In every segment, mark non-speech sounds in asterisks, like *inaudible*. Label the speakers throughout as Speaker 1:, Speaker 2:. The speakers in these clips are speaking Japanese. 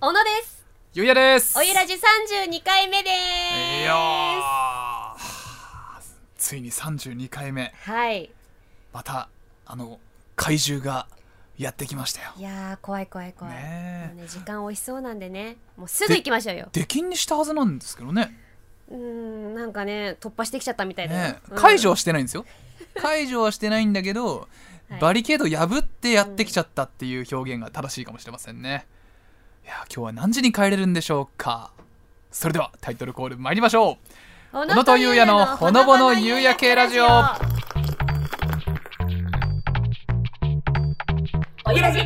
Speaker 1: 小野です
Speaker 2: ゆうやです
Speaker 1: おゆらじ32回目で
Speaker 2: いやーはあついに32回目
Speaker 1: すはい
Speaker 2: またあの怪獣がやってきましたよ
Speaker 1: いやー怖い怖い怖い、
Speaker 2: ねえ
Speaker 1: もうね時間押しそうなんでねもうすぐ行きましょうよ
Speaker 2: 出禁にしたはずなんですけどね
Speaker 1: うーんなんかね突破してきちゃったみたいだよ
Speaker 2: ね
Speaker 1: うん
Speaker 2: 解除はしてないんですよ解除はしてないんだけど
Speaker 1: はい
Speaker 2: バリケード破ってやってきちゃったっていう表現が正しいかもしれませんねいやー今日は何時に帰れるんでしょうかそれではタイトルコール参りましょう
Speaker 1: 小
Speaker 2: 野とゆうやのほのぼの夕焼けラジオ
Speaker 1: おゆらじ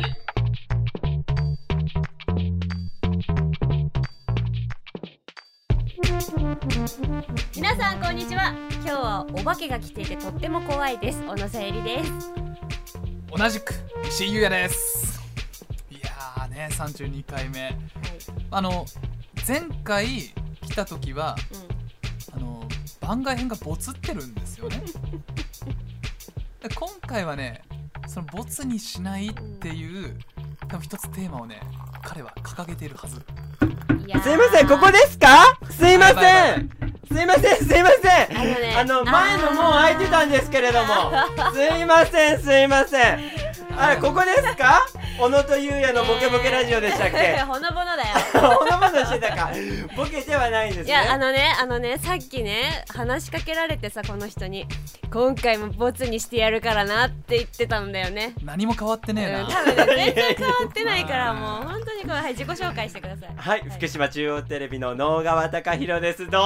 Speaker 1: 皆さんこんにちは今日はお化けが来ていてとっても怖いです小野さゆりです
Speaker 2: 同じく石井優也ですいやーね32回目あの前回来た時はあの番外編がボツってるんです *laughs* よねで今回はねそのボツにしないっていう多分一つテーマをね彼は掲げているはず
Speaker 1: はい、いやー
Speaker 3: すいません、ここですかすいません、
Speaker 2: はいはい
Speaker 3: すいません、すいません
Speaker 1: あのね
Speaker 3: あの、前のもう開いてたんですけれどもすいません、すいませんあれ、ここですか小野とゆうやのボケボケラジオでしたっ
Speaker 1: ねえ
Speaker 3: け
Speaker 1: *laughs* ほのぼのだよ
Speaker 3: ほのぼのしてたかボケではないんです
Speaker 1: いやあ
Speaker 3: ね
Speaker 1: のねあのねさっきね話しかけられてさこの人に「今回もボツにしてやるからな」って言ってたんだよね。
Speaker 2: 何も変わって
Speaker 1: う
Speaker 2: ね
Speaker 1: ん、
Speaker 2: えな、
Speaker 1: 多分
Speaker 3: *laughs*
Speaker 1: ね全然変わってないから
Speaker 2: まあ
Speaker 1: もう本当にこれはい自己紹介してください。
Speaker 3: *laughs* はい、福島中央テレビの能川貴弘ですどうも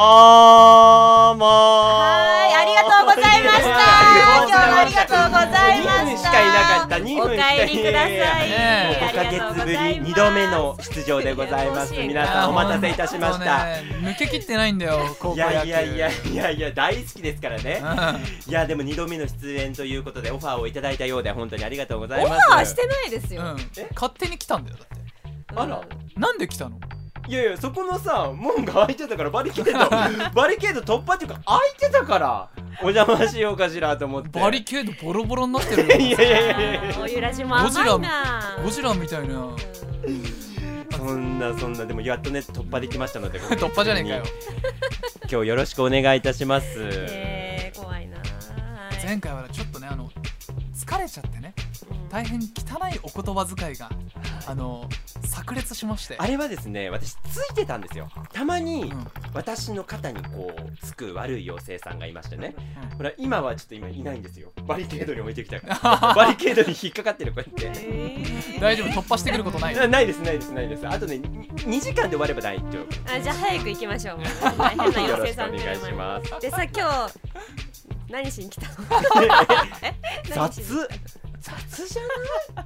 Speaker 3: は
Speaker 1: はいありがとうございま
Speaker 3: *laughs*
Speaker 1: した今日もありがとうございました
Speaker 3: 2分しかいなかった、2
Speaker 1: お
Speaker 3: 分しかいなかった
Speaker 1: 帰りください。
Speaker 2: ねえ
Speaker 1: あ
Speaker 3: 5ヶ
Speaker 1: りがとうご
Speaker 3: 月ぶり
Speaker 1: ざいます
Speaker 3: 2度目の出場でございます
Speaker 1: いや
Speaker 3: 皆さんお待たせいたしました
Speaker 2: もうね抜けきってないんだよ高校野球
Speaker 3: いやいやいやい
Speaker 2: *laughs*
Speaker 3: やいや大好きですからねいやでも2度目の出演ということでオファーをいただいたようで本当にありがとうござい
Speaker 1: オ
Speaker 3: ま
Speaker 1: フ
Speaker 3: す
Speaker 1: ァーしてないです
Speaker 2: うん、
Speaker 1: よ。
Speaker 2: うん
Speaker 3: え、
Speaker 2: 勝手に来たんだよだって
Speaker 3: あら
Speaker 2: なんで来たの
Speaker 3: いやいやそこのさ門が開いて
Speaker 2: *laughs*
Speaker 3: たからバリケードバリケード突破っていうか開いてたからお邪魔しようかしらと思って
Speaker 2: バリケードボロボロになってるよ
Speaker 3: *laughs* いやいやいやいや
Speaker 1: おゆらじも甘いな。
Speaker 2: ゴジラみたいな *laughs*
Speaker 1: うん
Speaker 3: そんなそんなでもやっとね突破できましたので
Speaker 2: 突破じゃねえかよ
Speaker 3: 今日よろしくお願いいたします、
Speaker 1: えー、怖いな。はい
Speaker 2: 前回はねちょっとねあの疲れちゃってね
Speaker 1: うん
Speaker 2: 大変汚いお言葉遣いがあの炸裂しまして
Speaker 3: あれはですね私ついてたんですよたまに
Speaker 2: うん
Speaker 3: 私の肩にこうつく悪い妖精さんがいましてね
Speaker 2: うん
Speaker 3: ほら今はちょっと今いないんですよバリケードに置いてきたからバリケードに引っかかってるこうやって
Speaker 1: えー
Speaker 2: 大丈夫突破してくることないよ
Speaker 3: なないですないですないですあとねに2時間で終われば大丈夫
Speaker 1: あじゃあ早く行きましょう。もう大変な妖精さん来る前に
Speaker 3: よろしくお願いします
Speaker 1: でさ今日何しに
Speaker 3: *laughs*
Speaker 1: 来たの？え何し
Speaker 3: 雑
Speaker 1: に
Speaker 3: 雑じゃない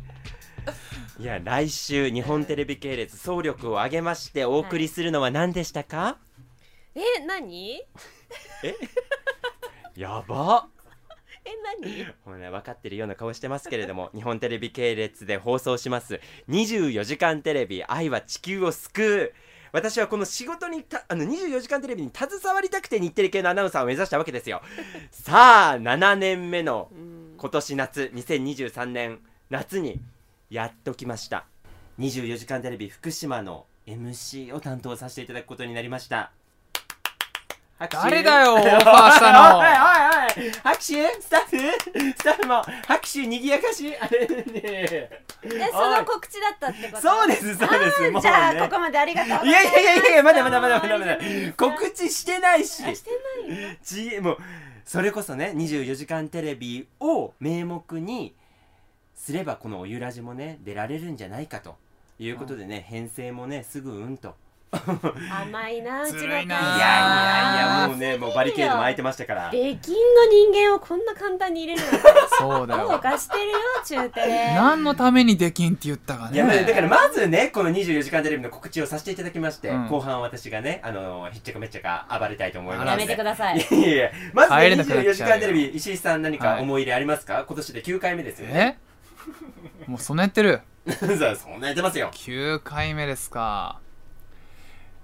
Speaker 3: いや来週日本テレビ系列総力を挙げましてお送りするのは何でしたか、
Speaker 1: え
Speaker 3: *laughs*
Speaker 1: 何？え
Speaker 3: やば
Speaker 1: 何？
Speaker 3: ほら分かってるような顔してますけれども *laughs* 日本テレビ系列で放送します24時間テレビ愛は地球を救う私はこの仕事にたあの24時間テレビに携わりたくて日テレ系のアナウンサーを目指したわけで
Speaker 2: *laughs*
Speaker 3: すよさあ7年目の
Speaker 1: うん
Speaker 3: 今年夏2023年夏にやっときました24時間テレビ福島の MC を担当させていただくことになりました拍手
Speaker 2: 誰だよオファー
Speaker 3: *laughs*
Speaker 2: した
Speaker 3: おいおいおい拍手スタッフスタッフも拍手にぎやかしあれね
Speaker 1: えその告知だったってこと？
Speaker 3: そうですそうですもう
Speaker 1: じゃあ、
Speaker 3: ね
Speaker 1: ここまでありがとうござい
Speaker 3: い
Speaker 1: ま
Speaker 3: や
Speaker 1: す。
Speaker 3: いやいやいやいやまだまだまだまだまだ告知してないし
Speaker 1: あしてないよ。
Speaker 3: ちもうそれこそね『24時間テレビ』を名目にすればこの「おゆらじ」もね出られるんじゃないかということでね、編成もねすぐうんと
Speaker 1: 甘いなうちの
Speaker 2: ずるいないあ
Speaker 3: や
Speaker 2: ー
Speaker 3: い
Speaker 1: 会社
Speaker 3: やいやもうねもうバリケードも開いてましたから
Speaker 1: 出禁の人間をこんな簡単に入れるの
Speaker 2: そうだ
Speaker 1: どう
Speaker 2: よ
Speaker 1: かしてるよ中テレ。
Speaker 2: 何のためにできんって言ったか
Speaker 3: いやまあだ
Speaker 2: ね
Speaker 3: からまずねこの『24時間テレビ』の告知をさせていただきまして、
Speaker 2: うん
Speaker 3: 後半私がねあのひっちゃかめっちゃか暴れたいと思います
Speaker 1: やめてください。
Speaker 3: いやいやまず、
Speaker 2: 帰れ
Speaker 3: ね、
Speaker 2: なくなっちゃうよ
Speaker 3: 24時間テレビ石井さん何か思い入れありますか、今年で9回目ですよね
Speaker 2: えもうそんなやってる
Speaker 3: *laughs* そうそんなやってますよ
Speaker 2: 9回目ですか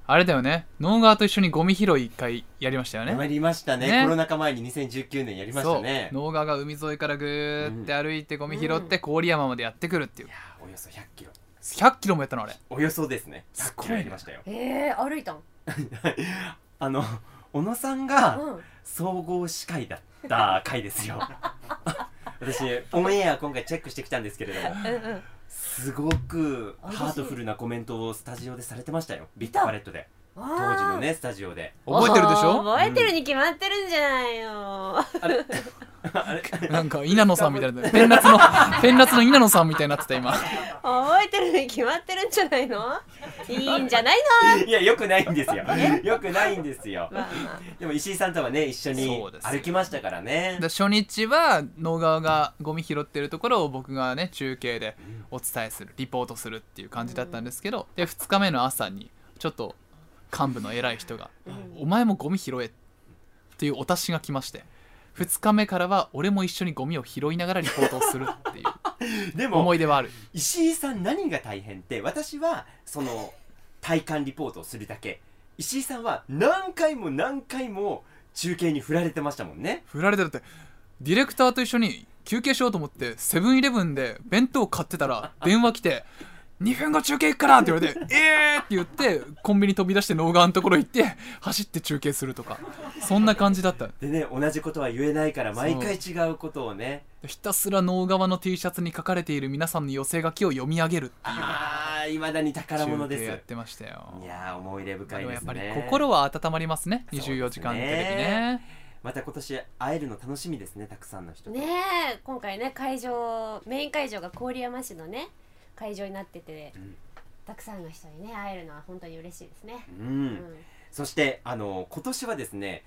Speaker 2: あれだよねノーガーと一緒にゴミ拾い1回やりましたよね
Speaker 3: やりましたね
Speaker 2: ね
Speaker 3: コロナ禍前に2019年やりましたね
Speaker 2: そうノーガーが海沿いからぐーって歩いてゴミ拾って郡山までやってくるっていう
Speaker 3: いやーおよそ100キロ
Speaker 2: 100キロもやったのあれ
Speaker 3: およそですね
Speaker 2: す
Speaker 3: 100
Speaker 2: ごいね
Speaker 3: キロやりましたよ
Speaker 4: えー、歩いたん、
Speaker 3: あの小野さん
Speaker 4: う
Speaker 3: が
Speaker 4: ん、
Speaker 3: 総合司会だった回で
Speaker 2: *laughs*
Speaker 3: すよ私オンエア今回チェックしてきたんですけれども
Speaker 4: うんうん
Speaker 3: すごく
Speaker 4: あ嬉しい
Speaker 3: ハートフルなコメントをスタジオでされてましたよビッグパレットで
Speaker 4: 当
Speaker 3: 当時のねスタジオで *laughs*
Speaker 2: 覚えてるでしょ
Speaker 4: 覚えてるに決まってるんじゃないよ、
Speaker 3: あれあれ
Speaker 2: なんか稲野さんみたいなペンラツ
Speaker 3: *laughs*
Speaker 2: のペンラツの稲野さんみたいになってた今
Speaker 4: 覚えてるに決まってるんじゃないのいいんじゃない
Speaker 3: いやよくないんですよよくないんですよ
Speaker 2: *laughs*
Speaker 4: のまあまあ
Speaker 3: でも石井さんとはね一緒に
Speaker 2: そうです
Speaker 3: 歩きましたからね
Speaker 2: で初日は能川がゴミ拾ってるところを僕がね中継でお伝えするリポートするっていう感じだったんですけどで2日目の朝にちょっと幹部の偉い人が「お前もゴミ拾え」っていうお達しが来まして2日目からは俺も一緒にゴミを拾いながらリポートをするっていう
Speaker 3: でも
Speaker 2: 思い出はある
Speaker 3: 石井さん何が大変って私はその体感リポートをするだけ石井さんは何回も何回も中継に振られてましたもんね
Speaker 2: 振られてるってディレクターと一緒に休憩しようと思ってセブンイレブンで弁当買ってた
Speaker 3: *laughs*
Speaker 2: ら電話来て「2分後中継行くから!」って言われて「えー!」って言ってコンビニ飛び出して能川のところ行って走って中継するとかそんな感じだった
Speaker 3: でね同じことは言えないから毎回違うことをね
Speaker 2: ひたすら能川の T シャツに書かれている皆さんの寄せ書きを読み上げる
Speaker 3: ああいまだに宝物
Speaker 2: 中
Speaker 3: で
Speaker 2: 継
Speaker 3: す
Speaker 2: やってましたよ
Speaker 3: いやー思い入れ
Speaker 2: まあ
Speaker 3: 深
Speaker 2: で
Speaker 3: い
Speaker 2: も
Speaker 3: で
Speaker 2: やっ
Speaker 3: す
Speaker 2: ぱり
Speaker 3: ね
Speaker 2: 心は温まりますね24時間テレビね
Speaker 3: また今年会えるの楽しみですねたくさんの人と
Speaker 4: ねえ今回ね会場メイン会場が郡山市のね会場になってて、
Speaker 3: うん
Speaker 4: たくさんの人にね会えるのは本当に嬉しいですね、
Speaker 3: う
Speaker 4: うん
Speaker 3: そしてあの今年はですね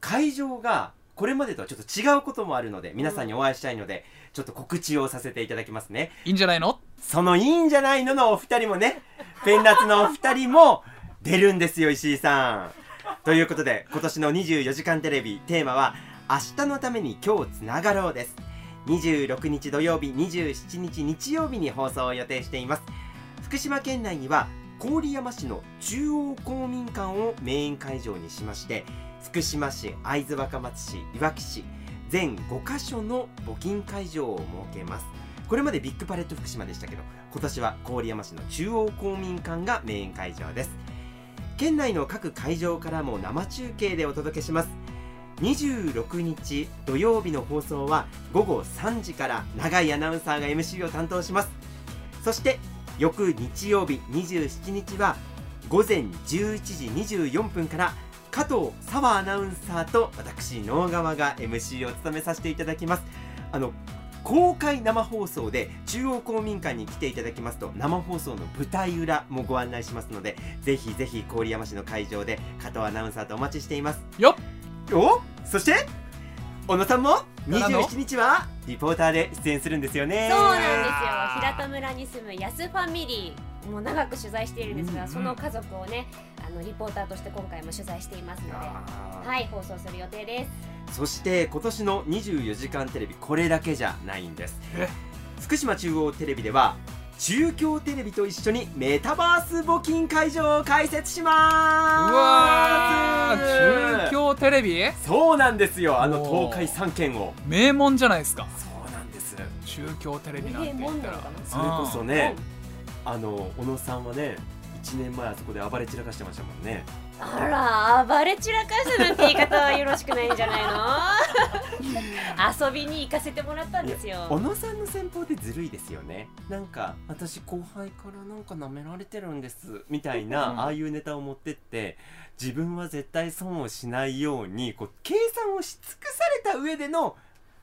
Speaker 3: 会場がこれまでとはちょっと違うこともあるので皆さんにお会いしたいので、ちょっと告知をさせていただきますね
Speaker 2: いいんじゃないの
Speaker 3: そのいいんじゃないののお二人もねペンラツのお二人も出るんですよ石井さんということで今年の24時間テレビテーマは明日のために今日つながろうです26日土曜日27日日曜日に放送を予定しています福島県内には郡山市の中央公民館をメイン会場にしまして福島市会津若松市いわき市全5カ所の募金会場を設けますこれまでビッグパレット福島でしたけど今年は郡山市の中央公民館がメイン会場です県内の各会場からも生中継でお届けします26日土曜日の放送は午後3時から永井アナウンサーが MC を担当しますそして翌日曜日27日は午前11時24分から加藤沢アナウンサーと私能川が MC を務めさせていただきますあの公開生放送で中央公民館に来ていただきますと生放送の舞台裏もご案内しますのでぜひぜひ郡山市の会場で加藤アナウンサーとお待ちしています
Speaker 2: よ
Speaker 3: おそして小野さんも
Speaker 2: からの
Speaker 3: 27日はリポーターで出演するんですよね
Speaker 4: そうなんですよ平田村に住む安ファミリーも長く取材しているんですが、
Speaker 2: うんうん
Speaker 4: その家族をねあのリポーターとして今回も取材していますのでは
Speaker 3: あー
Speaker 4: い放送する予定です
Speaker 3: そして今年の24時間テレビこれだけじゃないんです
Speaker 2: え
Speaker 3: 福島中央テレビでは中京テレビと一緒にメタバース募金会場を開設します
Speaker 2: うわー中京テレビ
Speaker 3: そうなんですよあの
Speaker 2: おー
Speaker 3: 東海3県を
Speaker 2: 名門じゃないですか
Speaker 3: そうなんです
Speaker 2: 中京テレビなんて言った
Speaker 4: 名
Speaker 2: ら
Speaker 4: 門なのかな
Speaker 3: それこそね
Speaker 4: う
Speaker 3: あの小野さんはね1年前あそこで暴れ散らかしてましたもんね
Speaker 4: あら暴れ散らかしたなんて言い方はよろしくないんじゃないの *laughs* 遊びに行かせてもらったんですよ
Speaker 3: 小野さんの戦法ってずるいですよねなんか私後輩からなんか舐められてるんですみたいな、
Speaker 2: うん
Speaker 3: ああいうネタを持ってって自分は絶対損をしないようにこう計算をし尽くされた上での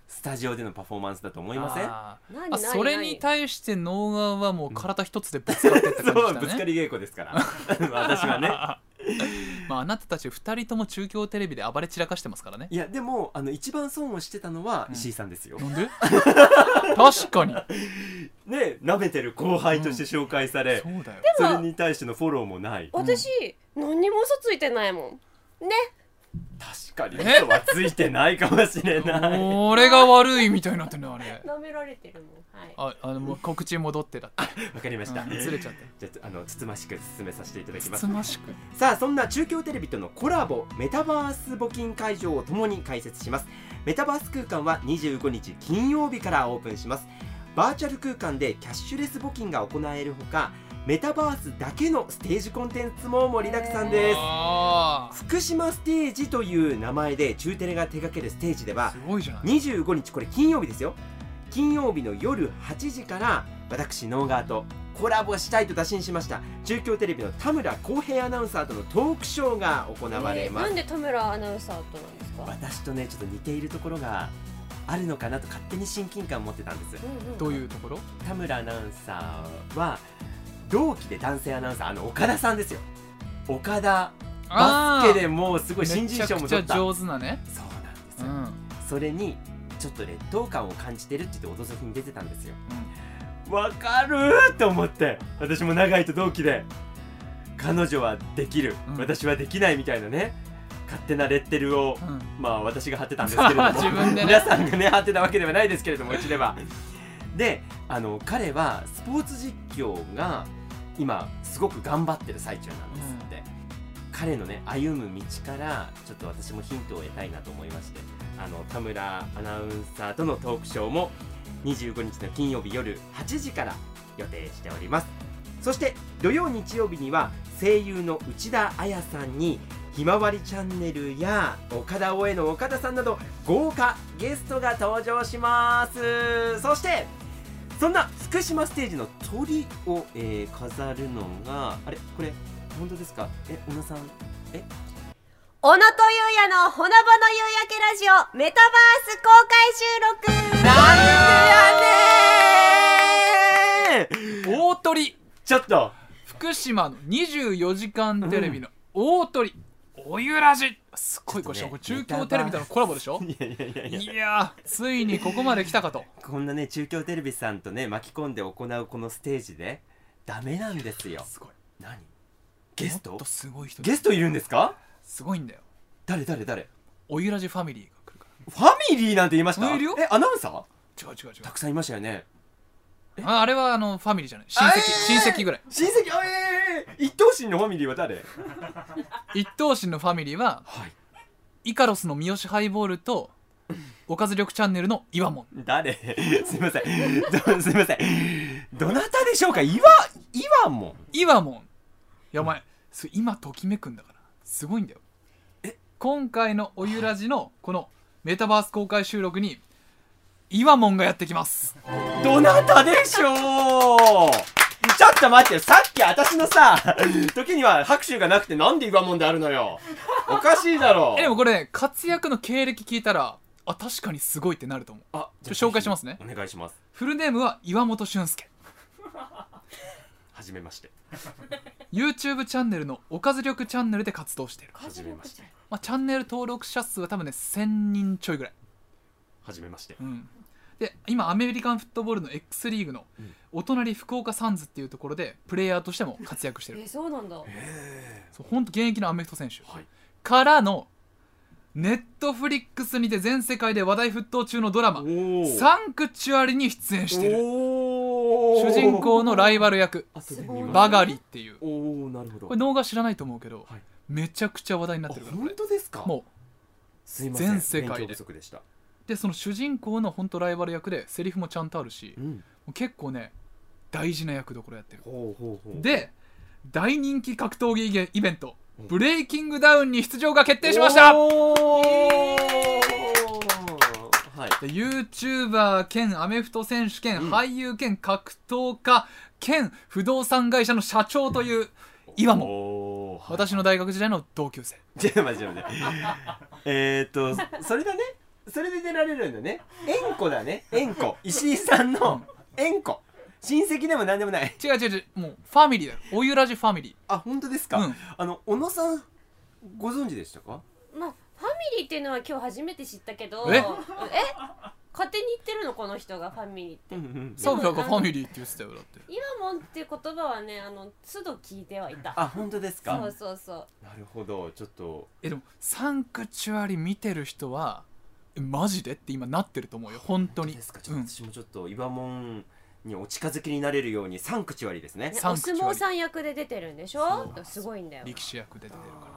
Speaker 3: スタジオでのパフォーマンスだと思いません
Speaker 2: あ
Speaker 4: 何
Speaker 2: ーあ
Speaker 4: 何
Speaker 2: それに
Speaker 4: 何
Speaker 2: 対して能川はもう体一つでぶつかってった
Speaker 3: そ
Speaker 2: 感
Speaker 3: う、
Speaker 2: じだ
Speaker 3: ぶつか
Speaker 2: ね
Speaker 3: り稽古ですから
Speaker 2: *laughs*
Speaker 3: 私はね
Speaker 2: まああなたたち二人とも中京テレビで暴れ散らかしてますからね
Speaker 3: いやでもあの一番損をしてたのは
Speaker 2: うん
Speaker 3: 石井さんですよ、
Speaker 2: なんで *laughs* 確かに
Speaker 3: ね舐めてる後輩として紹介され、
Speaker 2: そうだ
Speaker 4: で
Speaker 2: よ
Speaker 3: そ
Speaker 4: も
Speaker 3: れに対してのフォローもない
Speaker 4: 私、何にも嘘ついてないもんね
Speaker 3: 確かに嘘はついてないかもしれない
Speaker 2: 俺が悪いみたいになってんだあれ
Speaker 4: 舐められてるもんはい
Speaker 2: ああのもう告知戻ってだって
Speaker 3: わかりました、
Speaker 2: うんずれちゃって
Speaker 3: じゃああのつつましく進めさせていただきま
Speaker 2: つ
Speaker 3: す
Speaker 2: つましく
Speaker 3: さあそんな中京テレビとのコラボメタバース募金会場をともに開設しますメタバース空間は25日金曜日からオープンしますバーチャル空間でキャッシュレス募金が行えるほかメタバースだけのステージコンテンツも盛りだくさんです
Speaker 2: あ
Speaker 3: 福島ステージという名前で中テレが手掛けるステージで
Speaker 2: ー
Speaker 3: は
Speaker 2: すごいじゃない
Speaker 3: 25日これ金曜日ですよ金曜日の夜8時から私ノーガーとコラボしたいと打診しました中京テレビの田村浩平アナウンサーとのトークショーが行われ
Speaker 4: えー
Speaker 3: ま
Speaker 4: な
Speaker 3: す、
Speaker 4: んで田村アナウンサーとなんですか
Speaker 3: 私とねちょっと似ているところがあるのかなと勝手に親近感を持ってたんです
Speaker 4: んん
Speaker 2: どういうところ
Speaker 3: 田村アナウンサーは同期で男性アナウンサーあの岡田さんですよ岡田バスケでもうすごい新人賞も
Speaker 2: めちゃく
Speaker 3: 取っ
Speaker 2: ち
Speaker 3: た
Speaker 2: ゃ
Speaker 3: そう
Speaker 2: 上手なね
Speaker 3: なんです
Speaker 2: う
Speaker 3: よ
Speaker 2: ん、うん、
Speaker 3: それにちょっと劣等感を感じてるって言って「オドぜひ」に出てたんですよわかるーと思って私も長井と同期で彼女はできる、
Speaker 2: うん
Speaker 3: 私はできないみたいなね勝手なレッテルを
Speaker 2: うん
Speaker 3: まあ私が貼ってたんですけれども
Speaker 2: *laughs* 自分でね
Speaker 3: 皆さんがね貼ってたわけではないですけれどもうちではであの彼はスポーツ実況が今すごく頑張ってる最中なんですって、彼のね歩む道からちょっと私もヒントを得たいなと思いましてあの田村アナウンサーとのトークショーも25日の金曜日夜8時から予定しておりますそして土曜日曜日には声優の内田彩さんにひまわりチャンネルや岡田大江の岡田さんなど豪華ゲストが登場しますそしてそんな福島ステージの鳥を、えー飾るのがあれこれ本当ですかえ小野さん
Speaker 4: 小野とゆうやのほのぼの夕焼けラジオメタバース公開収録
Speaker 3: なんでやね
Speaker 2: 大鳥
Speaker 3: ちょっと
Speaker 2: 福島の24時間テレビの大鳥、おゆらじすごいこれ、
Speaker 3: ちょっとね
Speaker 2: 中京テレビとのコラボでしょ
Speaker 3: いやいやいやいや
Speaker 2: いやーついにここまで来たかと
Speaker 3: こんなね中京テレビさんとね巻き込んで行うこのステージでダメなんですよ
Speaker 2: すごい
Speaker 3: 何ゲスト
Speaker 2: もっとすごい人
Speaker 3: ゲストいるんですか
Speaker 2: すごいんだよ
Speaker 3: 誰誰誰
Speaker 2: おゆらじファミリーが来るか
Speaker 3: ファミリーなんて言いました
Speaker 2: いるよ
Speaker 3: えアナウンサー
Speaker 2: ら違う違う違う
Speaker 3: たくさんいましたよね
Speaker 2: ああれはあのファミリーじゃない親戚
Speaker 3: えー
Speaker 2: 親戚ぐらい
Speaker 3: 親戚あえー、一等身のファミリーは誰
Speaker 2: 一等身のファミリーは
Speaker 3: はい
Speaker 2: イカロスの三好ハイボールと
Speaker 3: *laughs*
Speaker 2: おかず力チャンネルの岩門
Speaker 3: 誰 *laughs* すいませんどすいませんどなたでしょうか岩岩も
Speaker 2: 岩門いやお前それ今ときめくんだからすごいんだよ今回のおゆらじのこのメタバース公開収録に岩門がやってきます
Speaker 3: どなたでしょうちょっと待ってよさっき私のさ時には拍手がなくてなんで岩もんであるのよおかしいだろ
Speaker 2: えでもこれね活躍の経歴聞いたらあ確かにすごいってなると思う
Speaker 3: あじゃあ
Speaker 2: ちょ紹介しますね
Speaker 3: お願いします
Speaker 2: フルネームは岩本俊介
Speaker 3: はじめまして
Speaker 2: YouTube チャンネルのおかず力チャンネルで活動している、
Speaker 3: はじめまして
Speaker 2: まあ、チャンネル登録者数は多分ね1000人ちょいぐらい、
Speaker 3: はじめまして
Speaker 2: うん、で今アメリカンフットボールの X リーグの
Speaker 3: うん
Speaker 2: お隣福岡サンズっていうところでプレイヤーとしても活躍して
Speaker 4: え
Speaker 2: る
Speaker 4: ーそうなんだ
Speaker 2: そう本当現役のアメフト選手
Speaker 3: はい
Speaker 2: からのネットフリックスにて全世界で話題沸騰中のドラマ
Speaker 3: お
Speaker 2: 「
Speaker 3: ー
Speaker 2: サンクチュアリ」に出演してる
Speaker 3: お
Speaker 2: 主人公のライバル役バガ
Speaker 3: リ
Speaker 2: リっていう
Speaker 3: おおなるほど
Speaker 2: これ脳が知らないと思うけど、
Speaker 3: はい
Speaker 2: めちゃくちゃ話題にな
Speaker 3: あ
Speaker 2: ってるからこ
Speaker 3: 本
Speaker 2: れ
Speaker 3: 当ですか
Speaker 2: もう
Speaker 3: すいません
Speaker 2: 全世界で
Speaker 3: 勉強不足でした
Speaker 2: でその主人公の本当ライバル役でセリフもちゃんとあるし
Speaker 3: う
Speaker 2: も
Speaker 3: ん
Speaker 2: う結構ね大事な役どころやってる
Speaker 3: ほうほうほう
Speaker 2: で大人気格闘技イベント
Speaker 3: うん
Speaker 2: ブレイキングダウンに出場が決定しましたで
Speaker 3: おーはい
Speaker 2: YouTuber 兼アメフト選手兼
Speaker 3: うん
Speaker 2: 俳優兼格闘家兼不動産会社の社長という今も
Speaker 3: も *laughs*
Speaker 2: 私の大学時代の同級生
Speaker 3: じゃあマジで *laughs* えーっとそれだねそれで出られるんだね縁故だね縁故石井さんの縁故親戚でも何でもない
Speaker 2: 違う違う違うもうファミリーだよおゆらじファミリ
Speaker 3: あ本当ですか、
Speaker 2: ーうん
Speaker 3: あの小野さんご存知でしたか
Speaker 4: まあファミリーっていうのは今日初めて知ったけど
Speaker 2: え
Speaker 4: え勝手に言ってるのこの人がファミリーって
Speaker 3: うんうん
Speaker 2: サブがファミリーって言ってたよだって
Speaker 4: 今もんっていう言葉はねあの都度聞いてはいた
Speaker 3: あ本当ですか
Speaker 4: そうそうそう
Speaker 3: なるほどちょっと
Speaker 2: えでもサンクチュアリ見てる人はえマジでって今なってると思うよ本当に
Speaker 3: 本ですかちょ
Speaker 2: う
Speaker 3: っ
Speaker 2: ん
Speaker 3: と、私もちょっと岩門にお近づきになれるようにサンクチュアリですね
Speaker 4: ね
Speaker 2: サ
Speaker 4: お
Speaker 2: ンクチュア
Speaker 4: 相
Speaker 2: リ
Speaker 4: 撲さん役で出てるんでしょ
Speaker 3: そう
Speaker 4: すごいんだよ
Speaker 2: 力士役で出てるから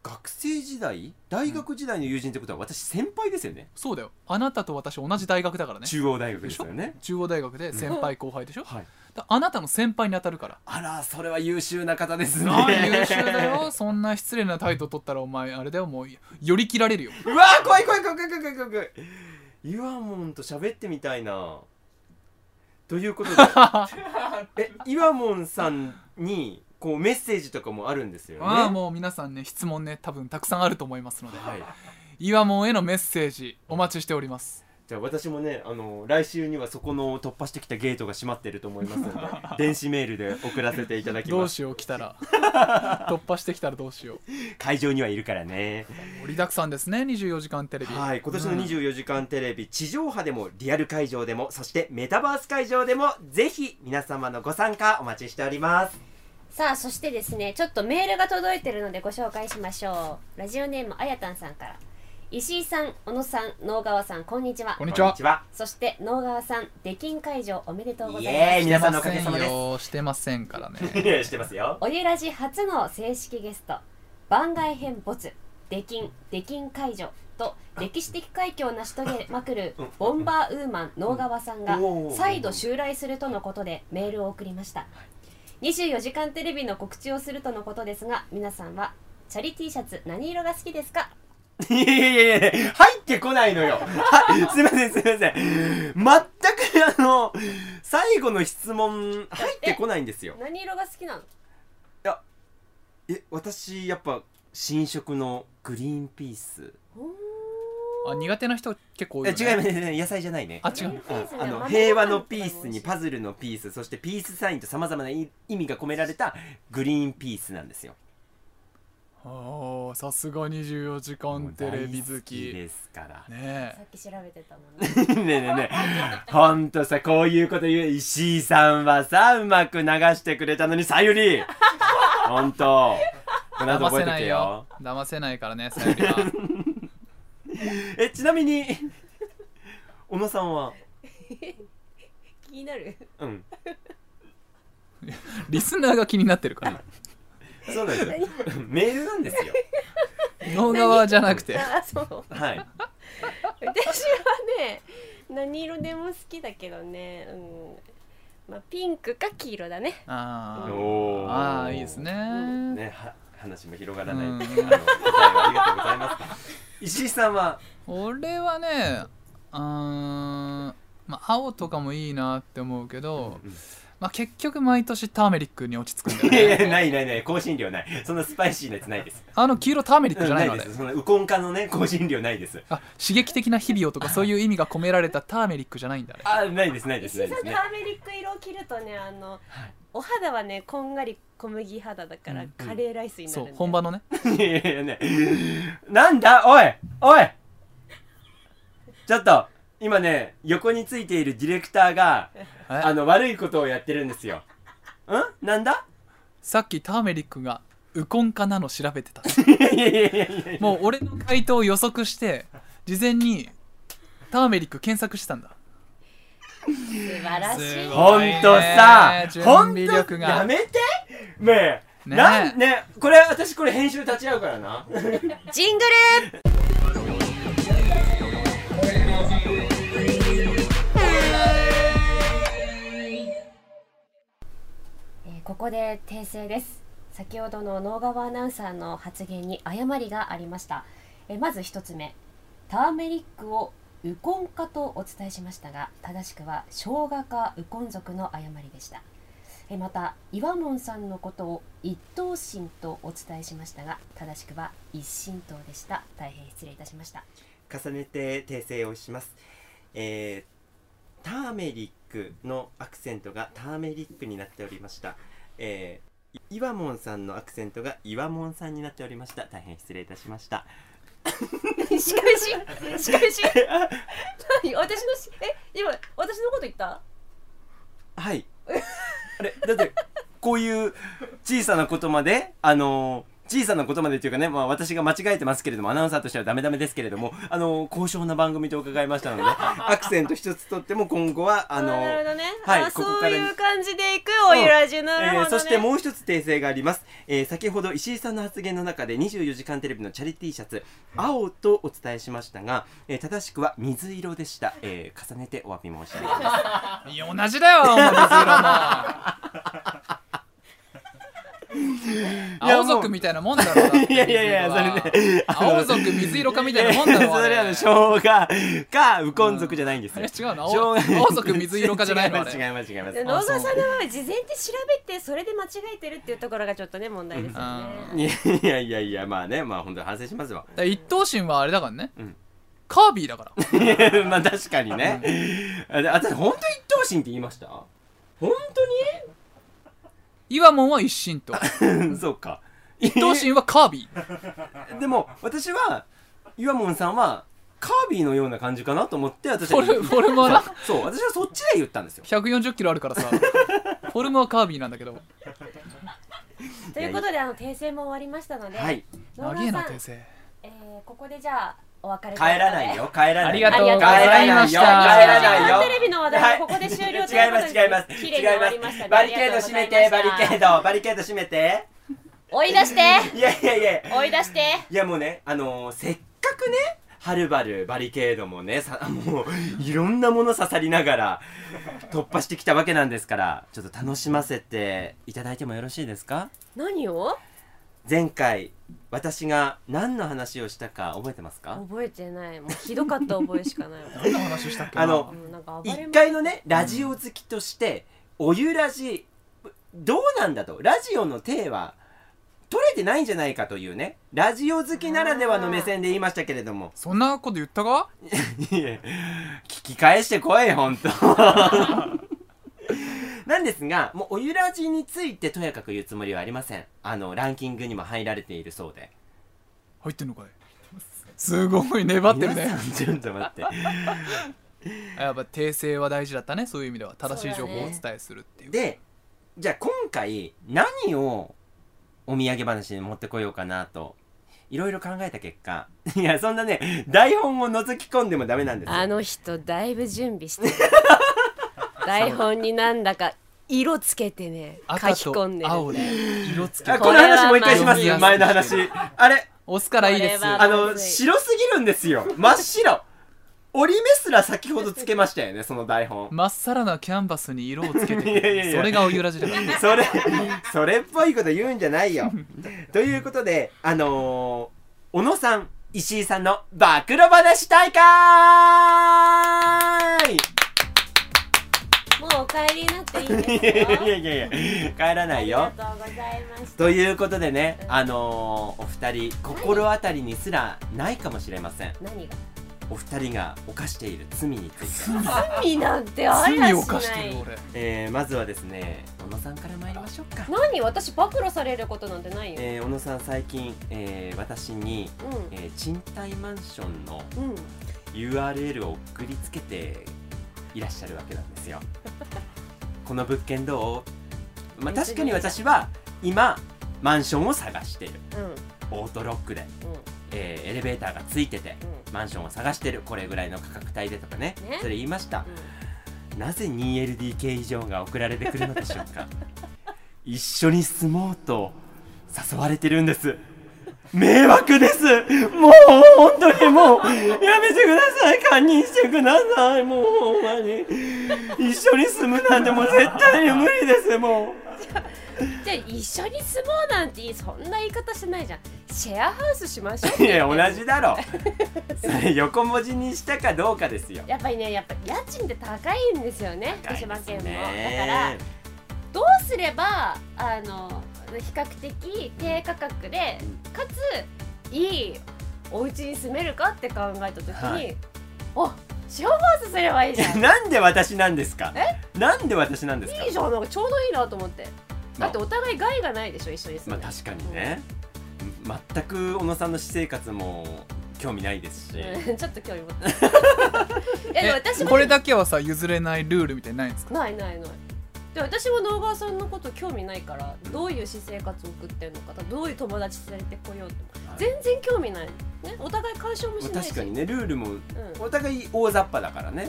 Speaker 3: 学生時代大学時代の友人ってことは私先輩ですよね、
Speaker 2: そうだよあなたと私同じ大学だからね
Speaker 3: 中央大学ですよね
Speaker 2: 中央大学で先輩後輩でしょ、
Speaker 3: はい
Speaker 2: だあなたの先輩に当たるから
Speaker 3: あらそれは優秀な方ですね
Speaker 2: *laughs* ああ優秀だよそんな失礼な態度取ったらお前あれだよもうより切られるよ
Speaker 3: *laughs* うわー怖い怖い怖い怖い怖い怖い怖い怖いユアモンと喋ってみたいなという
Speaker 2: *laughs*
Speaker 3: ことでえユアモンさんにこうメッセージとかもあるんですよね
Speaker 2: まあもう皆さんね質問ね多分たくさんあると思いますので、
Speaker 3: はい
Speaker 2: 岩門へのメッセージお待ちしております
Speaker 3: じゃあ私もねあの来週にはそこの突破してきたゲートが閉まってると思いますので
Speaker 2: *laughs*
Speaker 3: 電子メールで送らせていただき
Speaker 2: ど
Speaker 3: ま
Speaker 2: う
Speaker 3: す
Speaker 2: しよう来た
Speaker 3: *laughs*
Speaker 2: ら突破してきたらどうしよ
Speaker 3: 会場にはいるからね
Speaker 2: う盛りだくさんですね24時間テレビ
Speaker 3: はい今年の
Speaker 2: うん
Speaker 3: 24時間テレビ、地上波でもリアル会場でもそしてメタバース会場でもぜひ皆様のご参加お待ちしております
Speaker 1: さあそしてですねちょっとメールが届いてるのでご紹介しましょうラジオネームあやたんさんから石井さん小野さん能川さんこんにちは
Speaker 2: こんにちは
Speaker 3: こんにちは *laughs*
Speaker 1: そして能川さん出禁会場おめでとうございます
Speaker 3: イエーイ皆さんのおか
Speaker 2: して
Speaker 3: げ
Speaker 2: ません
Speaker 3: さまです
Speaker 2: よしてませんからね
Speaker 3: してますよ
Speaker 1: おゆらじ初の正式ゲスト番外編没出禁出禁解除と歴史的快挙を成し遂げまくるボンバーウーマン能川さんが
Speaker 3: おー
Speaker 1: 再度襲来するとのことでメールを送りました24時間テレビの告知をするとのことですが皆さんはチャリ T シャツ何色が好きですか
Speaker 3: いやいやいやいや入ってこないのよ。 *laughs* はすいません、すいません。全く、あの、最後の質問、入ってこないんですよ。
Speaker 1: 何色が好きなの
Speaker 3: え、私、やっぱ、新色のグリーンピース。
Speaker 2: あ苦手な人結構多い
Speaker 3: え、
Speaker 2: よ、ね、
Speaker 3: 違いますね。野菜じゃないね。
Speaker 2: あ違う
Speaker 3: あの平和のピースにパズルのピースそしてピースサインとさまざまな意味が込められたグリーンピースなんですよ。
Speaker 2: ああさすが24時間テレビ
Speaker 3: もう
Speaker 2: 好
Speaker 3: 大き
Speaker 2: き
Speaker 3: ですから。
Speaker 2: ね
Speaker 1: さ
Speaker 2: え
Speaker 1: っき調べてたもんね
Speaker 3: ねえねえねえほんとさこういうこと言う石井さんはさうまく流してくれたのにさゆりほんとこの
Speaker 2: 騙
Speaker 3: 後覚
Speaker 2: せ
Speaker 3: えと
Speaker 2: ない
Speaker 3: け
Speaker 2: よ
Speaker 3: よ
Speaker 2: 騙せないからねさゆりは
Speaker 3: えちなみに小野さんは
Speaker 1: *laughs* 気にな
Speaker 3: *laughs*
Speaker 1: る
Speaker 3: うん
Speaker 2: リスナーが気になってる
Speaker 3: *laughs*
Speaker 2: から
Speaker 3: そうなんですよ
Speaker 2: *laughs*
Speaker 3: メールなんですよ
Speaker 2: 能川じゃなくて
Speaker 1: あそう
Speaker 3: はい
Speaker 1: 私はね何色でも好きだけどね、うん、まあピンクか黄色だね
Speaker 2: あー
Speaker 3: おー
Speaker 2: あーいいですね
Speaker 3: ねは話も広がらない、
Speaker 2: うん
Speaker 3: あの答えはありがとうございます石井さんは
Speaker 2: 俺はねうーんまあ青とかもいいなって思うけど、
Speaker 3: うん
Speaker 2: まあ、結局毎年ターメリックに落ち着くんだよ
Speaker 3: い *laughs* や
Speaker 2: ね
Speaker 3: いやないないない香辛料ないそんなスパイシーなやつないです
Speaker 2: あの黄色ターメリックじゃ
Speaker 3: な
Speaker 2: ない
Speaker 3: い
Speaker 2: のあ
Speaker 3: で
Speaker 2: れ
Speaker 3: すそんなウコン化のね香辛料ないです
Speaker 2: あ刺激的な日々をとかそういう意味が込められたターメリックじゃないんだね
Speaker 3: あないですないです
Speaker 1: 石
Speaker 3: な
Speaker 1: 井
Speaker 3: いで
Speaker 1: さん
Speaker 3: す
Speaker 1: タ
Speaker 3: ね
Speaker 1: ーメリック色を着るとねあの、お肌はねこんがり小麦肌だから
Speaker 2: うん
Speaker 1: カレーライスになるん
Speaker 2: そ
Speaker 1: だ
Speaker 2: う
Speaker 1: よ
Speaker 2: 本場のね
Speaker 3: いやいやいやねなんだおいおいちょっと今ね横についているディレクターが
Speaker 2: え
Speaker 3: *laughs* あの悪いことをやってるんですよんなんだ
Speaker 2: さっきターメリックがウコン化なの調べてた
Speaker 3: いやいやいやいやいや
Speaker 2: もう俺の回答を予測して事前にターメリック検索してたんだ
Speaker 1: 素晴らしい
Speaker 2: すごい
Speaker 3: ほんとさ
Speaker 2: 準
Speaker 3: ほんと
Speaker 2: 備力が
Speaker 3: やめてねえ
Speaker 2: ねえ
Speaker 3: なんねこれ私これ編集立ち会うからな
Speaker 1: ジングルえーここで訂正です先ほどの能川アナウンサーの発言に誤りがありました、えーまず一つ目ターメリックをウコン化とお伝えしましたが正しくは生姜かウコン族の誤りでしたえまた岩門さんのことを一等身とお伝えしましたが正しくは一神等でした大変失礼いたしま
Speaker 3: *laughs*
Speaker 1: した *laughs*
Speaker 3: 重ねて訂正をしますえー、ターメリックのアクセントがターメリックになっておりましたえー、い岩門さんのアクセントが岩門さんになっておりました大変失礼いたしま *laughs* した
Speaker 1: しかししかし何私のしえ今私のこと言った
Speaker 3: はい *laughs* あれだってこういう小さなことまであのー小さなことまでというかね、まあ、私が間違えてますけれどもアナウンサーとしてはダメダメですけれどもあの高尚な番組と伺いましたの
Speaker 1: *laughs*
Speaker 3: でアクセント一つとっても今後はあ
Speaker 1: あ
Speaker 3: の
Speaker 1: なるほどね、
Speaker 3: はい
Speaker 1: あ
Speaker 3: ここ
Speaker 1: そ
Speaker 3: か
Speaker 1: う
Speaker 3: ら
Speaker 1: いう感じでいくおゆらじなるほど、ね
Speaker 3: えーそしてもう一つ訂正があります、えー先ほど石井さんの発言の中で24時間テレビのチャリ T シャツ青とお伝えしましたが、えー正しくは水色でした、えー重ねてお詫び申し上げます
Speaker 2: いや同じだよお前水
Speaker 3: いや
Speaker 2: 色も青族みたいなもんだろだって
Speaker 3: *laughs* いやいやいや
Speaker 2: 水色は
Speaker 3: それねあの
Speaker 2: 青族水色かみたいなもんだろあ
Speaker 3: *laughs* それはね生姜かウコン族じゃないんです
Speaker 2: あ
Speaker 3: よ、
Speaker 2: れ違うの
Speaker 3: しょ
Speaker 2: 青
Speaker 3: うが
Speaker 2: 青族水色かじゃないのあれ
Speaker 3: *laughs* 違います違います違
Speaker 1: 野
Speaker 3: いま
Speaker 1: 川さんの場合は事前で調べてそれで間違えてるっていうところがちょっとね問題ですよね。
Speaker 3: すいやいやいやまあねまあ本当に反省しま
Speaker 2: *laughs*
Speaker 3: すわ
Speaker 2: だから一等身はあれだからね、
Speaker 3: うん
Speaker 2: カービィだから
Speaker 3: まあ確かにねあで私本当に一等身って言いました本
Speaker 2: 岩門は一心
Speaker 3: *laughs*
Speaker 2: と
Speaker 3: 当にそうか一
Speaker 2: 一等身はカービィ
Speaker 3: でも私は岩門さんはカービィのような感じかなと思って私は
Speaker 2: フォルフォルムはな
Speaker 3: そう私はそっちで言ったんですよ
Speaker 2: 140キロあるからさフォルムはカービィなんだけど
Speaker 1: ということであの訂正も終わりましたので、
Speaker 3: はい
Speaker 1: 野
Speaker 2: 長
Speaker 1: 川
Speaker 2: えな
Speaker 1: さん
Speaker 2: 訂、正
Speaker 1: えー、ここでじゃあお別れ
Speaker 3: 帰らないよ帰らない
Speaker 2: ありがとうご
Speaker 1: ざ
Speaker 2: いました
Speaker 3: 帰らないよ帰らないよ
Speaker 1: テレビの話題はここで終了と
Speaker 3: 違
Speaker 1: い
Speaker 3: いう
Speaker 1: こ
Speaker 3: ま
Speaker 1: とです
Speaker 3: 違います
Speaker 1: 綺麗に終わりましたね
Speaker 3: 違いバリケード閉めてバ
Speaker 1: ありがとうござい
Speaker 3: リ
Speaker 1: ま
Speaker 3: ケ
Speaker 1: し
Speaker 3: ードバリケード閉めて
Speaker 1: 追い出して
Speaker 3: いやいやいや
Speaker 1: 追い出して
Speaker 3: いやもうねあのー、せっかくねはるばるバリケードもねさ *laughs* もういろんなもの刺さりながら突破してきたわけなんですからちょっと楽しませていただいてもよろしいですか
Speaker 1: 何を
Speaker 3: 前回私が何の話をしたか覚えてますか
Speaker 1: 覚えてないもうひどかった覚えしかない
Speaker 3: *laughs*
Speaker 2: 何の話したっけな
Speaker 3: あの
Speaker 1: もうなんか暴れ
Speaker 3: 一
Speaker 1: ん坊
Speaker 3: 回のねラジオ好きとして、おゆらじどうなんだとラジオの体は取れてないんじゃないかというねラジオ好きならではの目線で言いましたけれ
Speaker 2: *laughs*
Speaker 3: ども
Speaker 2: そんなこと言ったか
Speaker 3: いえ聞き返してこい
Speaker 2: *laughs*
Speaker 3: 本当なんですがもうおゆらじについてとやかく言うつもりはありませんあのランキングにも入られているそうで
Speaker 2: 入ってんのかいすごい粘ってる
Speaker 3: 皆
Speaker 2: ね
Speaker 3: さんちょっと待って
Speaker 2: あやっぱ訂正は大事だったねそういう意味では正しい情報をお伝えするっていう
Speaker 3: でじゃあ今回何をお土産話に持ってこようかなといろいろ考えた結果 *laughs* いやそんなね台本を覗き込んでもダメなんですよ
Speaker 1: あの人だいぶ準備
Speaker 3: *laughs*
Speaker 1: してる台本になんだか色つけてね書き
Speaker 2: 赤と
Speaker 1: 込んでる
Speaker 2: 青で色付
Speaker 3: あ
Speaker 2: け
Speaker 3: この話もう一回しま
Speaker 2: これはま
Speaker 3: す
Speaker 2: あ
Speaker 3: 前の話あれ
Speaker 2: 押すからいいです
Speaker 1: これは
Speaker 3: あの白すぎるんですよ真っ白折り目すら先ほどつけましたよねその台本
Speaker 2: まっさらなキャンバスに色をつけてく
Speaker 3: いやいやいや
Speaker 2: それがおゆらじだから
Speaker 3: それそれっぽいこと言うんじゃないよということであのー、小野さん石井さんの暴露話大会
Speaker 1: もうお帰りになっていいん
Speaker 3: い
Speaker 1: です
Speaker 3: や *laughs* い
Speaker 1: よ
Speaker 3: やいやいや帰ら
Speaker 1: あ
Speaker 3: ない
Speaker 1: り
Speaker 3: よ
Speaker 1: がとうございました
Speaker 3: ということでねあのー、お二人心当たりにすらないかもしれません
Speaker 1: 何が
Speaker 3: お二人が犯している罪について、
Speaker 1: 罪なんてありゃしない
Speaker 2: 罪を犯してる俺
Speaker 3: えー、まずはですね小野さんから参りましょうか
Speaker 1: 何私暴露されることなんてないよ、
Speaker 3: えー、小野さん最近、えー、私に、え
Speaker 1: う
Speaker 3: ー、賃貸マンションの
Speaker 1: んうん
Speaker 3: URL を送りつけていらっしゃるわけなんですよこの物件どう、まあ、確かに私は今マンションを探している
Speaker 1: うん
Speaker 3: オートロックで、
Speaker 1: うん
Speaker 3: えーエレベーターがついててマンションを探してるこれぐらいの価格帯でとかね
Speaker 1: ね
Speaker 3: それ言いました
Speaker 1: う
Speaker 3: なぜ 2LDK 以上が送られてくるのでしょうか *laughs* 一緒に住もうと誘われてるんです迷惑ですもう本当にもうやめてください堪忍してくださいもうほんまに一緒に住むなんてもう絶対に無理ですも
Speaker 1: んじゃあ一緒に住もうなんてそんな言い方してないじゃんシェアハウスしましょうって
Speaker 3: うい
Speaker 1: 言って
Speaker 3: や
Speaker 1: んの
Speaker 3: 同じだろそれ横文字にしたかどうかですよ
Speaker 1: やっぱりねやっぱ家賃って高いんですよね福島県もだからどうすればあの比較的低価格でかついいお家に住めるかって考えた時に、
Speaker 3: はい
Speaker 1: あシェアハウスすればいいじゃんい
Speaker 3: なんで私なんですかなんで私なんですか
Speaker 1: いじゃんなんかちょうどいいなと思ってだ
Speaker 3: まあ
Speaker 1: ってお互い害がないでしょ一緒に住
Speaker 3: まあ
Speaker 1: んで、
Speaker 3: 確かにね、全く小野さんの私生活も興味ないですし、
Speaker 1: うんちょっと興味持
Speaker 3: *laughs*
Speaker 1: っていやでも
Speaker 2: え
Speaker 1: 私も
Speaker 2: これだけはさ譲れないルールみたいなのないんですか
Speaker 1: ないないないでで私も直川さんのこと興味ないからどういう私生活を送ってるのかどういう友達連れてこようって全然興味ない、ね、お互い干渉もしないし
Speaker 3: 確かにねルールも
Speaker 1: うん
Speaker 3: お互い大雑把だからね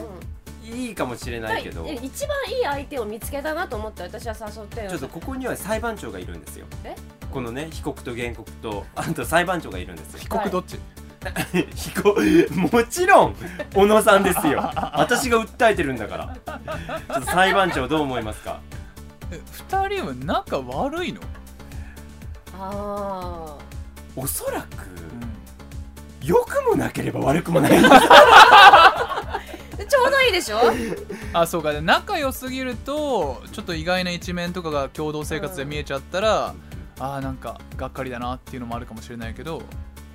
Speaker 1: う、ん
Speaker 3: いいかもしれないけど
Speaker 1: だから一番いい相手を見つけたなと思って私は誘って
Speaker 3: ちょっとここには裁判長がいるんですよ
Speaker 1: え
Speaker 3: このね被告と原告とあと裁判長がいるんですよ *laughs*
Speaker 2: 被告どっち、
Speaker 3: 被告もちろん小野さんですよ私が訴えてるんだからちょっと裁判長どう思いますか
Speaker 2: え二人は仲悪いの、
Speaker 1: あ
Speaker 3: おそらく良くもなければ悪くもない
Speaker 1: あちょうどいいでしょ
Speaker 2: あそうかで仲良すぎるとちょっと意外な一面とかが共同生活で見えちゃったら、あーなんかがっかりだなっていうのもあるかもしれないけど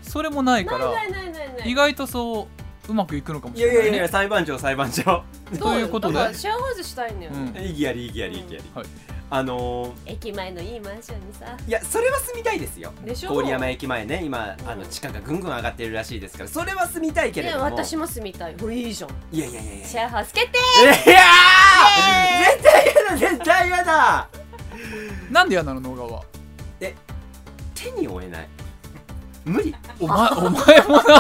Speaker 2: それもないから
Speaker 1: ないないないないない
Speaker 2: 意外とそううまくいくのかも
Speaker 3: *laughs* い
Speaker 2: しれ
Speaker 3: や
Speaker 2: ないいね
Speaker 3: やいや裁判長裁判長
Speaker 2: ということで
Speaker 1: だからシェアハウスしたいんだよ、
Speaker 2: うん
Speaker 3: 意義あり意義あり意義あ
Speaker 2: は
Speaker 3: り、
Speaker 2: い
Speaker 3: あの
Speaker 1: 駅前のいいマンションにさ
Speaker 3: ーいやそれは住みたいですよ
Speaker 1: でしょ
Speaker 3: 郡山駅前ね今
Speaker 1: うん
Speaker 3: あの地価がぐんぐん上がってるらしいですからそれは住みたいけれ
Speaker 1: ね
Speaker 3: ども
Speaker 1: 私も住みたいこれいいじゃん
Speaker 3: いやいやいやいや
Speaker 1: シェアハウス決定
Speaker 3: いやー絶対やだ絶対やだ
Speaker 2: なんで嫌なの野川
Speaker 3: 手に負えない無理
Speaker 2: お *laughs* 前お前もなお前もな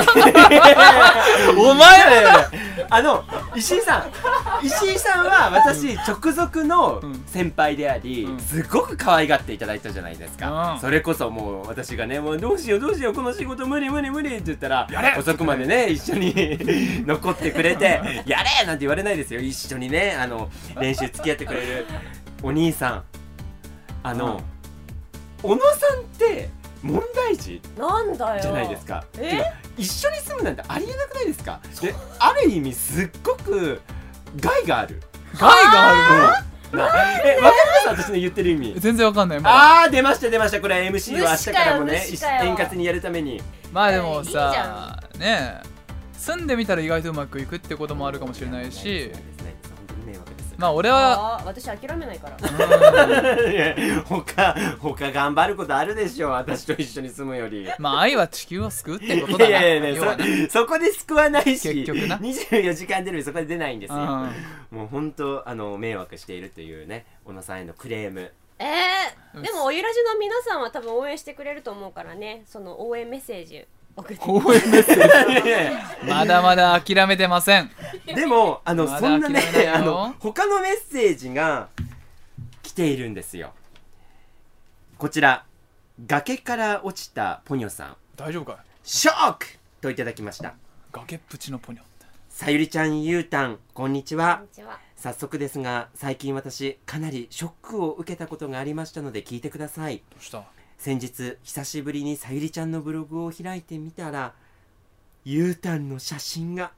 Speaker 3: あの石井さん石井さんは私直属の
Speaker 2: うん
Speaker 3: 先輩であり、
Speaker 2: うん
Speaker 3: すごく可愛がっていただいたじゃないですか、
Speaker 2: うん
Speaker 3: それこそもう私がねもうどうしようどうしようこの仕事無理無理無理って言ったら遅くまでね一緒に *laughs* 残ってくれて「やれ!」なんて言われないですよ一緒にねあの練習付き合ってくれるお兄さんあの、小野さんって問題児
Speaker 1: なんだよ
Speaker 3: じゃないですか。
Speaker 1: え
Speaker 3: てか一緒に住むなんてありえなくないですかである意味すっごく害がある。
Speaker 2: *laughs* 害があ
Speaker 3: なえ、わかります私の言ってる意
Speaker 2: る
Speaker 3: 味。
Speaker 2: 全然わかんないまだ
Speaker 3: あー出ました出ましたこれ MC は明日からもね
Speaker 1: 無視かよ無視かよ
Speaker 3: 円滑にやるために
Speaker 2: まあでもさねえ住んでみたら意外とうまくいくってこともあるかもしれないし
Speaker 3: やないです本当に迷惑です
Speaker 2: まあ俺は
Speaker 1: あー私諦めないから
Speaker 2: うん
Speaker 3: いや他他頑張ることあるでしょ私と一緒に住むより
Speaker 2: まあ愛は地球を救うってこと
Speaker 3: い
Speaker 2: だな
Speaker 3: やいやい
Speaker 2: 要は
Speaker 3: や
Speaker 2: ね
Speaker 3: そそこで救わないし
Speaker 2: 結局な
Speaker 3: 24時間テレビそこで出ないんです
Speaker 2: う
Speaker 3: よ
Speaker 2: ん
Speaker 3: もう本当あの迷惑しているというね小野さんへのクレ
Speaker 2: *laughs*
Speaker 3: ーム
Speaker 1: えー、でもおゆらじの皆さんは多分応援してくれると思うからねその応援メッセージ送って
Speaker 2: 応援メッセージ
Speaker 3: で
Speaker 2: まだまだ諦めてません
Speaker 3: もあの
Speaker 2: まだ
Speaker 3: そんなね
Speaker 2: 諦めないよ
Speaker 3: あの他のメッセージが来ているんですよこちら崖から落ちたポニョさん
Speaker 2: 大丈夫かい
Speaker 3: ショックといただきました
Speaker 2: 崖っぷちのポニョ
Speaker 3: さゆりちゃんゆうたんこんにち
Speaker 1: こ
Speaker 3: は
Speaker 1: んにちは
Speaker 3: 早速ですが最近私かなりショックを受けたことがありましたので聞いてください
Speaker 2: どうした
Speaker 3: 先日久しぶりにさゆりちゃんのブログを開いてみたらゆうたんの写真が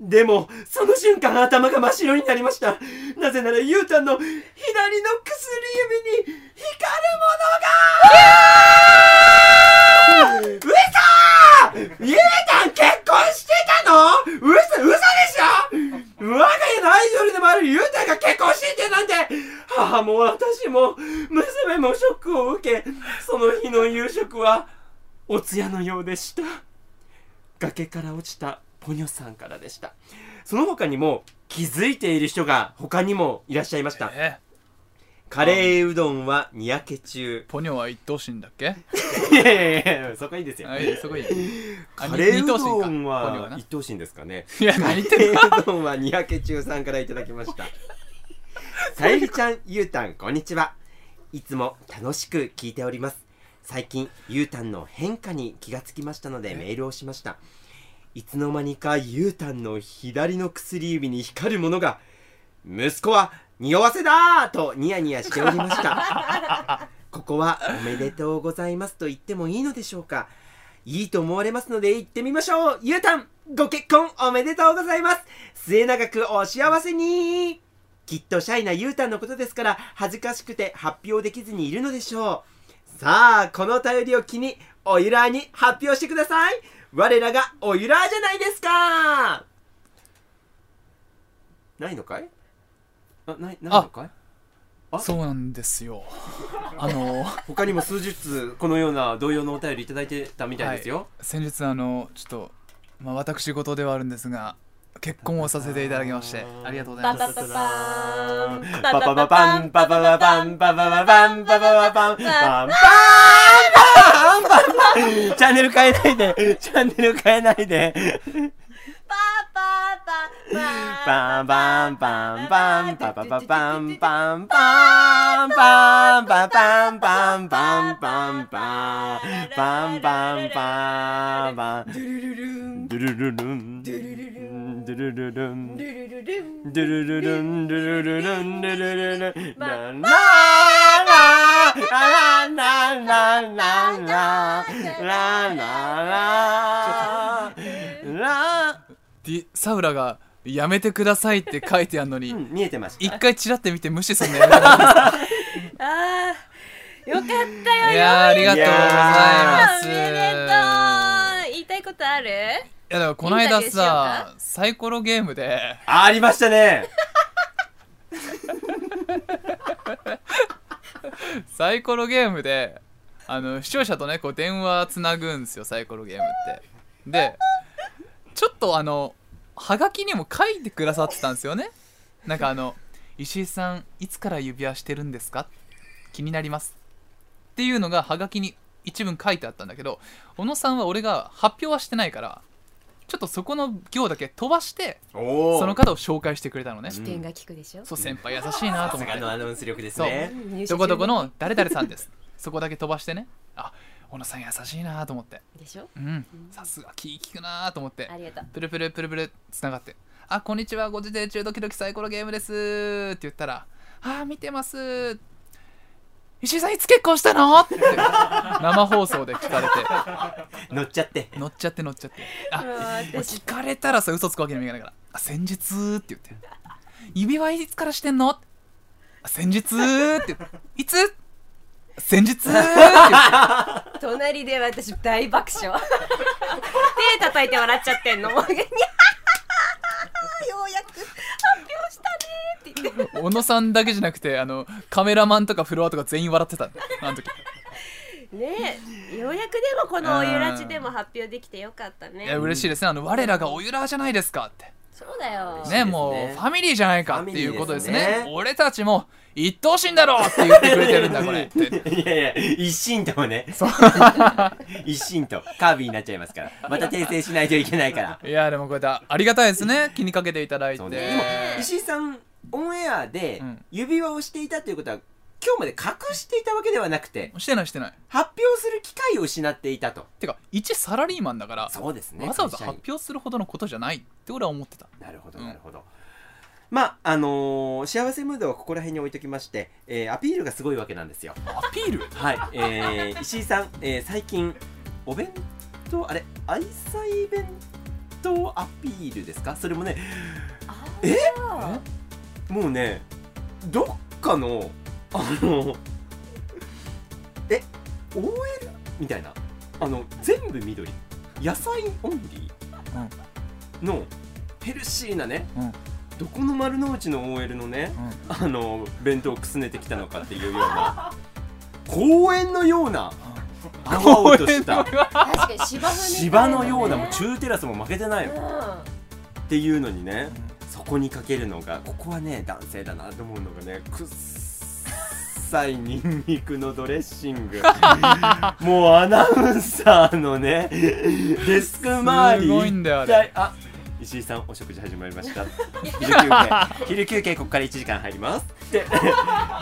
Speaker 3: でもその瞬間頭が真っ白になりましたなぜならゆうたんの左の薬指に光るものがうそーゆうたん結婚してたのうそ嘘でしょ我が家のアイドルでもあるゆうたんが結婚してなんて母も私も娘もショックを受けその日の夕食はお通夜のようでした崖から落ちたポニョさんからでしたその他にも気づいている人が他にもいらっしゃいました
Speaker 2: え
Speaker 3: カレーうどんはにやけ中
Speaker 2: ポニョは一等身だっけ
Speaker 3: いやいやいやそこいいですよ
Speaker 2: はいそこいいあ
Speaker 3: カレ
Speaker 2: 二
Speaker 3: ーう
Speaker 2: 等身か
Speaker 3: どん
Speaker 2: ポニョは
Speaker 3: は
Speaker 2: な
Speaker 3: 一等身ですかね
Speaker 2: いや何言っ
Speaker 3: カ
Speaker 2: て
Speaker 3: レ
Speaker 2: る
Speaker 3: ーうどんはにやけ中さんからいただきま *laughs* したさゆりちゃんゆうたんこんにちはいつも楽しく聞いております最近ゆうたんの変化に気がつきましたのでメールをしましたいつの間にかゆうたんの左の薬指に光るものが息子は匂わせだーとニヤニヤしておりました *laughs* ここはおめでとうございますと言ってもいいのでしょうかいいと思われますので行ってみましょうゆうたんご結婚おめでとうございます末永くお幸せにきっとシャイなゆうたんのことですから恥ずかしくて発表できずにいるのでしょうさあこの便りを機におゆらーに発表してください我らがおゆらーじゃないですかないのかいあないないのかい
Speaker 2: そうなんですよあの
Speaker 3: 他にも数十通このような同様のお便りいただいてたみたいですよ、
Speaker 2: 先日あのちょっとまあ私事ではあるんですが結婚をさせていただきましてありがとうござい
Speaker 1: パ
Speaker 2: ま
Speaker 1: パパ
Speaker 2: す
Speaker 1: パーン
Speaker 3: パパパパンパパパパンパパパパンパパパパンパンパンパンパンパンチャンネル変えないでチャンネル変えないで
Speaker 1: パーパ
Speaker 3: パンパンパンパンパパパパンパンパンパンパパンパンパンパンパンパンパンパンパン
Speaker 1: ードゥルルルン
Speaker 3: ドゥルルルンド
Speaker 1: ドゥ
Speaker 3: ゥ
Speaker 1: ルルルン
Speaker 3: ルルルン
Speaker 1: ドゥルルルン
Speaker 3: ドゥルルルンドゥルルルンドゥルルルンラララララララララララ
Speaker 2: ディサウラが「やめてください」って書いてあるの
Speaker 3: う
Speaker 2: に
Speaker 3: ん見えてまし
Speaker 2: 一
Speaker 3: た
Speaker 2: 回チラって見て無視すんのやめてくださ
Speaker 1: あーよかった
Speaker 2: *laughs* いい
Speaker 1: よ
Speaker 2: やーありがとうございます
Speaker 1: おめでとう言いたいことある
Speaker 2: いやだからこの間
Speaker 1: インタビューしよう
Speaker 2: さサイコロゲームで *laughs*
Speaker 3: ありましたね
Speaker 2: サイコロゲームであの視聴者とねこう電話つなぐんですよサイコロゲームってでちょっとあのはがきにも書いてくださってたんですよねなんかあの「石井さんいつから指輪してるんですか?」気になりますっていうのがはがきに一文書いてあったんだけど小野さんは俺が発表はしてないからちょっとそこの行だけ飛ばして
Speaker 3: お
Speaker 2: その方を紹介してくれたのね
Speaker 1: 視点が効くでしょ
Speaker 2: そう先輩優しいなと思って
Speaker 3: のアナウンス力です
Speaker 2: ね
Speaker 3: ね
Speaker 1: 入社
Speaker 2: どこどこ
Speaker 1: 中
Speaker 2: の誰々さんです。そこだけ飛ばしてね。あ、小野さん優しいなと思って。
Speaker 1: でしょ
Speaker 2: うん。さすが気利くなと思って
Speaker 1: あ。りがとう
Speaker 2: プルプルプルプルつながって。あ、こんにちは。ご自転中ドキドキサイコロゲームですって言ったら、あー、見てます。石井さんいつ結婚したのって生放送で聞かれ
Speaker 3: 乗っちゃって
Speaker 2: て乗っちゃって乗っちゃってあ
Speaker 1: うわー私
Speaker 2: 聞かれたらさ嘘つくわけにもいかないから「あ先日」って言って「指輪いつからしてんの?」あ「先日」って言って「いつ?」先日って言って
Speaker 1: 隣で私大爆笑 *laughs* 手叩いて笑っちゃ *laughs* ってんのもうようやく発表したねーって言って
Speaker 2: 小野さんだけじゃなくてあのカメラマンとかフロアとか全員笑ってたあの時
Speaker 1: ねえようやくでもこのおゆらじでも発表できてよかった
Speaker 2: いや
Speaker 1: ね
Speaker 2: 嬉しいですねあの我らがおゆらじゃないですかって
Speaker 1: そうだよ、
Speaker 2: ね
Speaker 3: ね
Speaker 2: もうファミリーじゃないかっていうことですね
Speaker 3: ファミリーですね
Speaker 2: 俺たちも一等身だろって言ってくれてるんだこれって
Speaker 3: いやいや一心とね
Speaker 2: そう
Speaker 3: 一心とカービィになっちゃいますからまた訂正しないといけないから
Speaker 2: いやでもこうやってありがたいですね気にかけていただいて
Speaker 3: そうねでも石井さんオンエアで
Speaker 2: うん
Speaker 3: 指輪をしていたということは今日まで隠していたわけではなくて
Speaker 2: してないしてない
Speaker 3: 発表する機会を失っていたと
Speaker 2: てか一サラリーマンだから
Speaker 3: そうですね
Speaker 2: わざわざ
Speaker 3: 会社員
Speaker 2: 発表するほどのことじゃないって俺は思ってた
Speaker 3: なるほど
Speaker 2: うん
Speaker 3: なるほど、まああのー幸せムードはここら辺に置いときまして、えーアピールがすごいわけなんですよ
Speaker 2: アピール
Speaker 3: はい、えー、石井さん、えー最近お弁当あれ愛妻弁当アピールですかそれもねえもうねどっかのあのえ OL みたいなあの全部緑野菜オンリーのヘルシーなね、
Speaker 2: うん
Speaker 3: どこの丸の内の OL のねあの弁当をくすねてきたのかっていうような公園のような青々
Speaker 2: *laughs*
Speaker 3: とした
Speaker 1: 確かに芝生みた
Speaker 3: 芝
Speaker 1: い
Speaker 3: のような
Speaker 1: ね
Speaker 3: もう中テラスも負けてないよっていうのにねそこにかけるのがここはね男性だなと思うのがねくっさいニンニクのドレッシン
Speaker 2: *laughs*
Speaker 3: グもうアナウンサーのねデスク周り
Speaker 2: すごいんだよあれ
Speaker 3: 一体あ石井さんお食事始まりました昼休憩昼休憩ここから1時間入りますって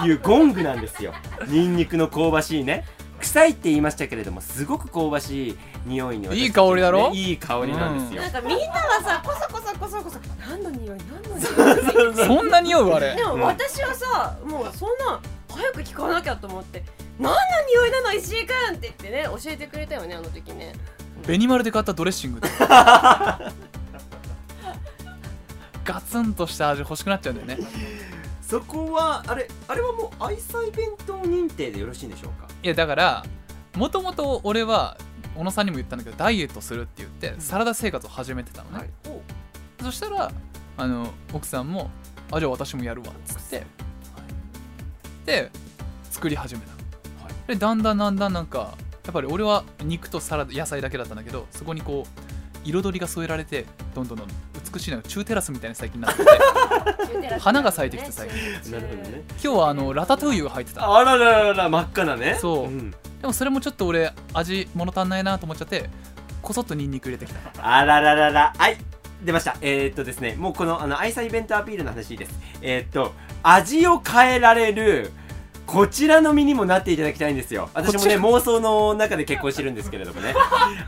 Speaker 3: いうゴングなんですよニンニクの香ばしいね臭いって言いましたけれどもすごく香ばしい匂いに私たちもね
Speaker 2: いい香りだろ
Speaker 3: いい香りなんです
Speaker 1: う
Speaker 3: よ
Speaker 1: ん、なんかみんながさこそこそこそこそ何の匂い何の匂い
Speaker 2: *laughs* そんなにおうあれ *laughs*
Speaker 1: でも私はさ、もうそんな早く聞かなきゃと思って何の匂いなの石井くんって言ってね教えてくれたよねあの時
Speaker 2: *laughs*
Speaker 1: ね
Speaker 2: ベニマルで買ったドレッシン *laughs* グだよガツンとした味欲しくなっちゃうんだよね
Speaker 3: そこはあれあれはもう愛妻弁当認定でよろしいんでしょうか
Speaker 2: いやだからもともと俺は小野さんにも言ったんだけどダイエットするって言ってサラダ生活を始めてたのね、
Speaker 3: はい
Speaker 2: そしたらあの奥さんも「あじゃあ私もやるわ」っつって、で作り始めた、
Speaker 3: はい
Speaker 2: でだんだんだんだんなんかやっぱり俺は肉とサラダ野菜だけだったんだけどそこにこう彩りが添えられてどんどんどんどん美しいのよ中テラスみたいに最近なって
Speaker 3: *laughs*
Speaker 2: て花が咲いてきた最近
Speaker 3: なるほどね
Speaker 2: 今日はあのラタトゥイユが入ってた
Speaker 3: あららららら真っ赤なね
Speaker 2: そうんでもそれもちょっと俺味物足んないなと思っちゃってこそっとニンニク入れてきた
Speaker 3: あららららはい出ましたえー、っとですねもうこのあの愛妻イベントアピールの話いいですえー、っと味を変えられるこちらの身にもなっていただきたいんですよ私もね妄想の中で結婚してるんですけれど
Speaker 2: *laughs*
Speaker 3: もね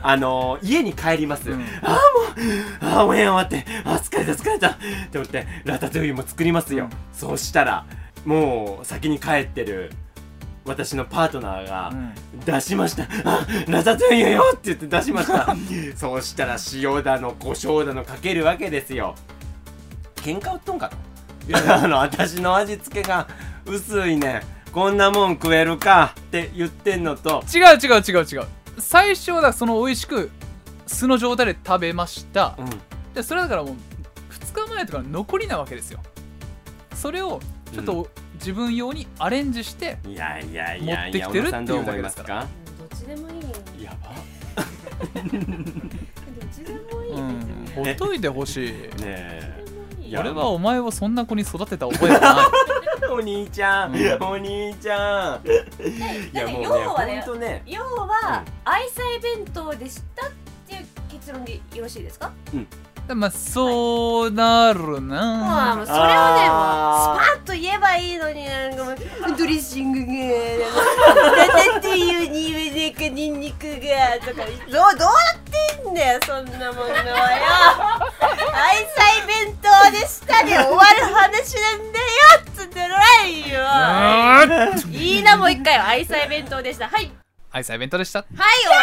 Speaker 3: あの家に帰ります、
Speaker 2: うん
Speaker 3: あーおやん終わってあー疲れた疲れたって思ってラタトゥイユも作りますよ、
Speaker 2: うん
Speaker 3: そうしたらもう先に帰ってる私のパートナーが
Speaker 2: うん
Speaker 3: 「出しました、あラタトゥイユよ!」って言って出しました *laughs* そうしたら塩だの胡椒だのかけるわけですよ喧嘩売っとんかと *laughs* あの私の味付けが薄いねんこんなもん食えるかって言ってんのと
Speaker 2: 違う違う違う違う最初はだからその美味しく素の状態で食べました
Speaker 3: うん
Speaker 2: でそれはだからもう2日前とかの残りなわけですよそれをちょっと自分用にアレンジして、
Speaker 3: いやいやいやいや
Speaker 2: 持ってきてる
Speaker 3: 小野さんどう思い
Speaker 2: っていうだけで
Speaker 3: ますす
Speaker 2: か
Speaker 3: か
Speaker 1: どっちでもいいよどっ
Speaker 3: やば
Speaker 1: ちでもいい
Speaker 2: うん
Speaker 1: ですよね
Speaker 2: ほっといてほしい
Speaker 3: ね
Speaker 1: どっ
Speaker 3: え
Speaker 1: ちでもいい
Speaker 3: いや
Speaker 2: 俺はお前をそんな子に育てた覚えがない *laughs*
Speaker 3: *laughs* お兄ちゃん、
Speaker 2: うん
Speaker 3: お兄ち
Speaker 1: *laughs*
Speaker 3: ゃん。
Speaker 1: だっ
Speaker 3: い
Speaker 1: て
Speaker 3: ね、
Speaker 1: 要はね
Speaker 3: ほんとね、
Speaker 1: 要は愛妻弁当でしたっていう結論でよろしいですか
Speaker 2: でまあそうなる
Speaker 1: まあ
Speaker 2: な、
Speaker 1: もうそれをね
Speaker 3: あー
Speaker 1: もうスパッと言えばいいのになんかもうドレッシングがなんだっていうに上でかニンニクがとかどうどうやってんだよそんなもんのはよ愛妻弁当でしたで終わる話なんだよっつってないよ
Speaker 2: うーん
Speaker 1: いいなもう一回は愛妻弁当でしたはい
Speaker 2: 愛妻イベントでした
Speaker 1: はい終わり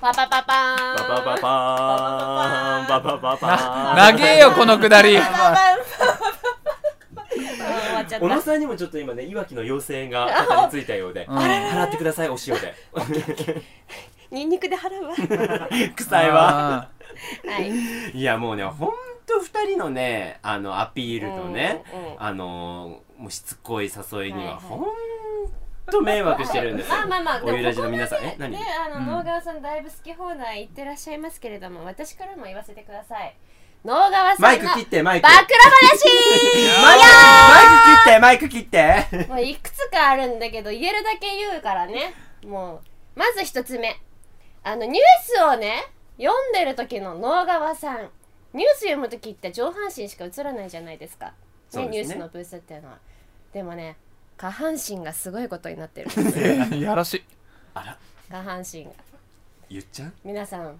Speaker 1: パパパパーン
Speaker 3: ババババーン、ババババーン。
Speaker 2: 長えよこのく
Speaker 1: *laughs*
Speaker 2: だり
Speaker 1: 終わっちゃっ
Speaker 3: *laughs* 小野
Speaker 1: た
Speaker 3: さんにもちょっと今ね、いわきの妖精が
Speaker 1: *laughs*
Speaker 3: 肩についたようで、
Speaker 2: うん
Speaker 3: 払ってください、お塩で。 *laughs*
Speaker 1: ニンニクで払うわ
Speaker 3: 臭いわ。
Speaker 1: はい
Speaker 3: いや、もうね、ほんと二人のね、あの、アピールとね、
Speaker 1: うんうん
Speaker 3: あのー、もうしつこい誘いに
Speaker 1: はいは
Speaker 3: は、
Speaker 1: い
Speaker 3: ほんと迷惑してるんですよ
Speaker 1: まあ。まあまあ
Speaker 3: おゆらじ
Speaker 1: で
Speaker 3: の
Speaker 1: もここまで
Speaker 3: 皆さん、え、何
Speaker 1: ねあ
Speaker 2: うん
Speaker 1: の、能川さんだいぶ好き放題言ってらっしゃいますけれども私からも言わせてください能川さ
Speaker 3: マ
Speaker 1: ん
Speaker 3: イ
Speaker 1: の
Speaker 3: ク切って、マイク。 *laughs*
Speaker 1: バクラ
Speaker 3: マイク
Speaker 1: 話
Speaker 3: マイク切ってマイク切って
Speaker 1: もういくつかあるんだけど言えるだけ言うからねもうまず一つ目あのニュースをね読んでる時の能川さんニュース読む時って上半身しか映らないじゃないですか
Speaker 3: そうで
Speaker 1: ニュ
Speaker 3: すね
Speaker 1: ースのブースっていうのはでもね下半身がすごいことになってるんですよ
Speaker 3: *laughs*
Speaker 2: いやらしい
Speaker 3: あら
Speaker 1: 下半身が
Speaker 3: *laughs* 言っちゃう
Speaker 1: 皆さん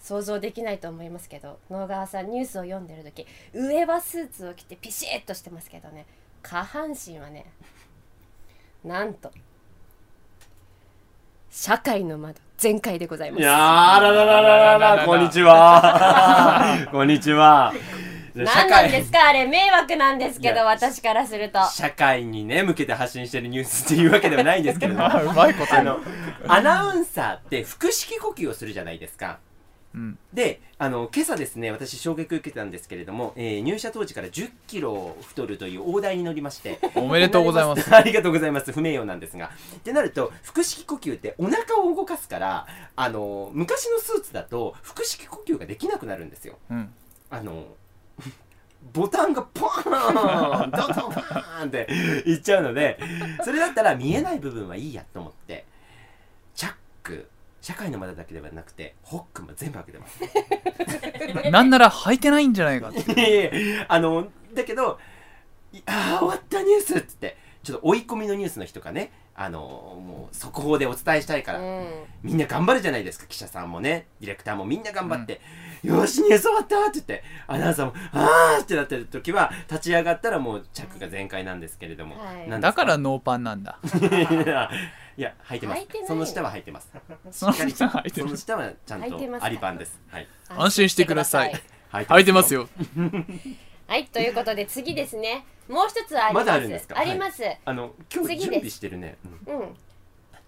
Speaker 1: 想像できないと思いますけど能川さんニュースを読んでる時上はスーツを着てピシッとしてますけどね下半身はねなんと社会の窓全開でございま
Speaker 3: い
Speaker 1: す
Speaker 3: やーあららららららこんに
Speaker 1: *laughs*
Speaker 3: ちはこんにちは
Speaker 1: 何なんですかあれ迷惑なんですけ
Speaker 3: い
Speaker 1: ど
Speaker 3: や
Speaker 1: 私からすると
Speaker 3: 社会にね向けて発信してるニュースっていうわけではないんですけれども
Speaker 2: あうまいこと
Speaker 3: あ
Speaker 2: やる
Speaker 3: のアナウンサーって腹式呼吸をするじゃないですか
Speaker 2: うん
Speaker 3: であの今朝ですね私衝撃を受けたんですけれども、えー入社当時から1 0キロ太るという大台に乗りまして
Speaker 2: おめでとうございます。
Speaker 3: ありがとうございます。不名誉なんですが。ってなると、腹式呼吸ってお腹を動かすから、あの、昔のスーツだと、腹式呼吸ができなくなるんですよ。
Speaker 2: うん
Speaker 3: あの、ボタンがポーンドドバーンっていっちゃうので、それだったら見えない部分はいいやと思って、チャック、社会の窓だけではなくて、ホックも全部開けてます。 *laughs*
Speaker 2: なんなら履いてないんじゃないかって。
Speaker 3: いやいやあのだけどい「ああ終わったニュース」っつってちょっと追い込みのニュースの日とかねあのもう速報でお伝えしたいから、
Speaker 1: うん
Speaker 3: みんな頑張るじゃないですか記者さんもねディレクターもみんな頑張って「よしニュース終わった!」って言ってアナウンサーも「ああ!」ってなってる時は立ち上がったらもうチャックが全開なんですけれども、
Speaker 1: はい
Speaker 3: なんで
Speaker 2: だ
Speaker 3: す
Speaker 2: からノーパンなんだ。
Speaker 3: いや *laughs* いや履いてます
Speaker 1: 履いてない
Speaker 3: その下は履い
Speaker 1: *laughs*
Speaker 3: てます
Speaker 2: その下は履いて
Speaker 3: そ
Speaker 2: る
Speaker 3: の下はちゃん
Speaker 1: 履いてます
Speaker 3: と
Speaker 1: か
Speaker 3: アリパンです、はい、
Speaker 2: 安心してください
Speaker 3: 履
Speaker 2: 履いてますよ。
Speaker 1: はいということで次ですねもう一つあります
Speaker 3: まだあるんですか
Speaker 1: あります、
Speaker 3: あの今
Speaker 1: 次で
Speaker 3: 日
Speaker 1: す
Speaker 3: 準備してるね、うん
Speaker 1: うん。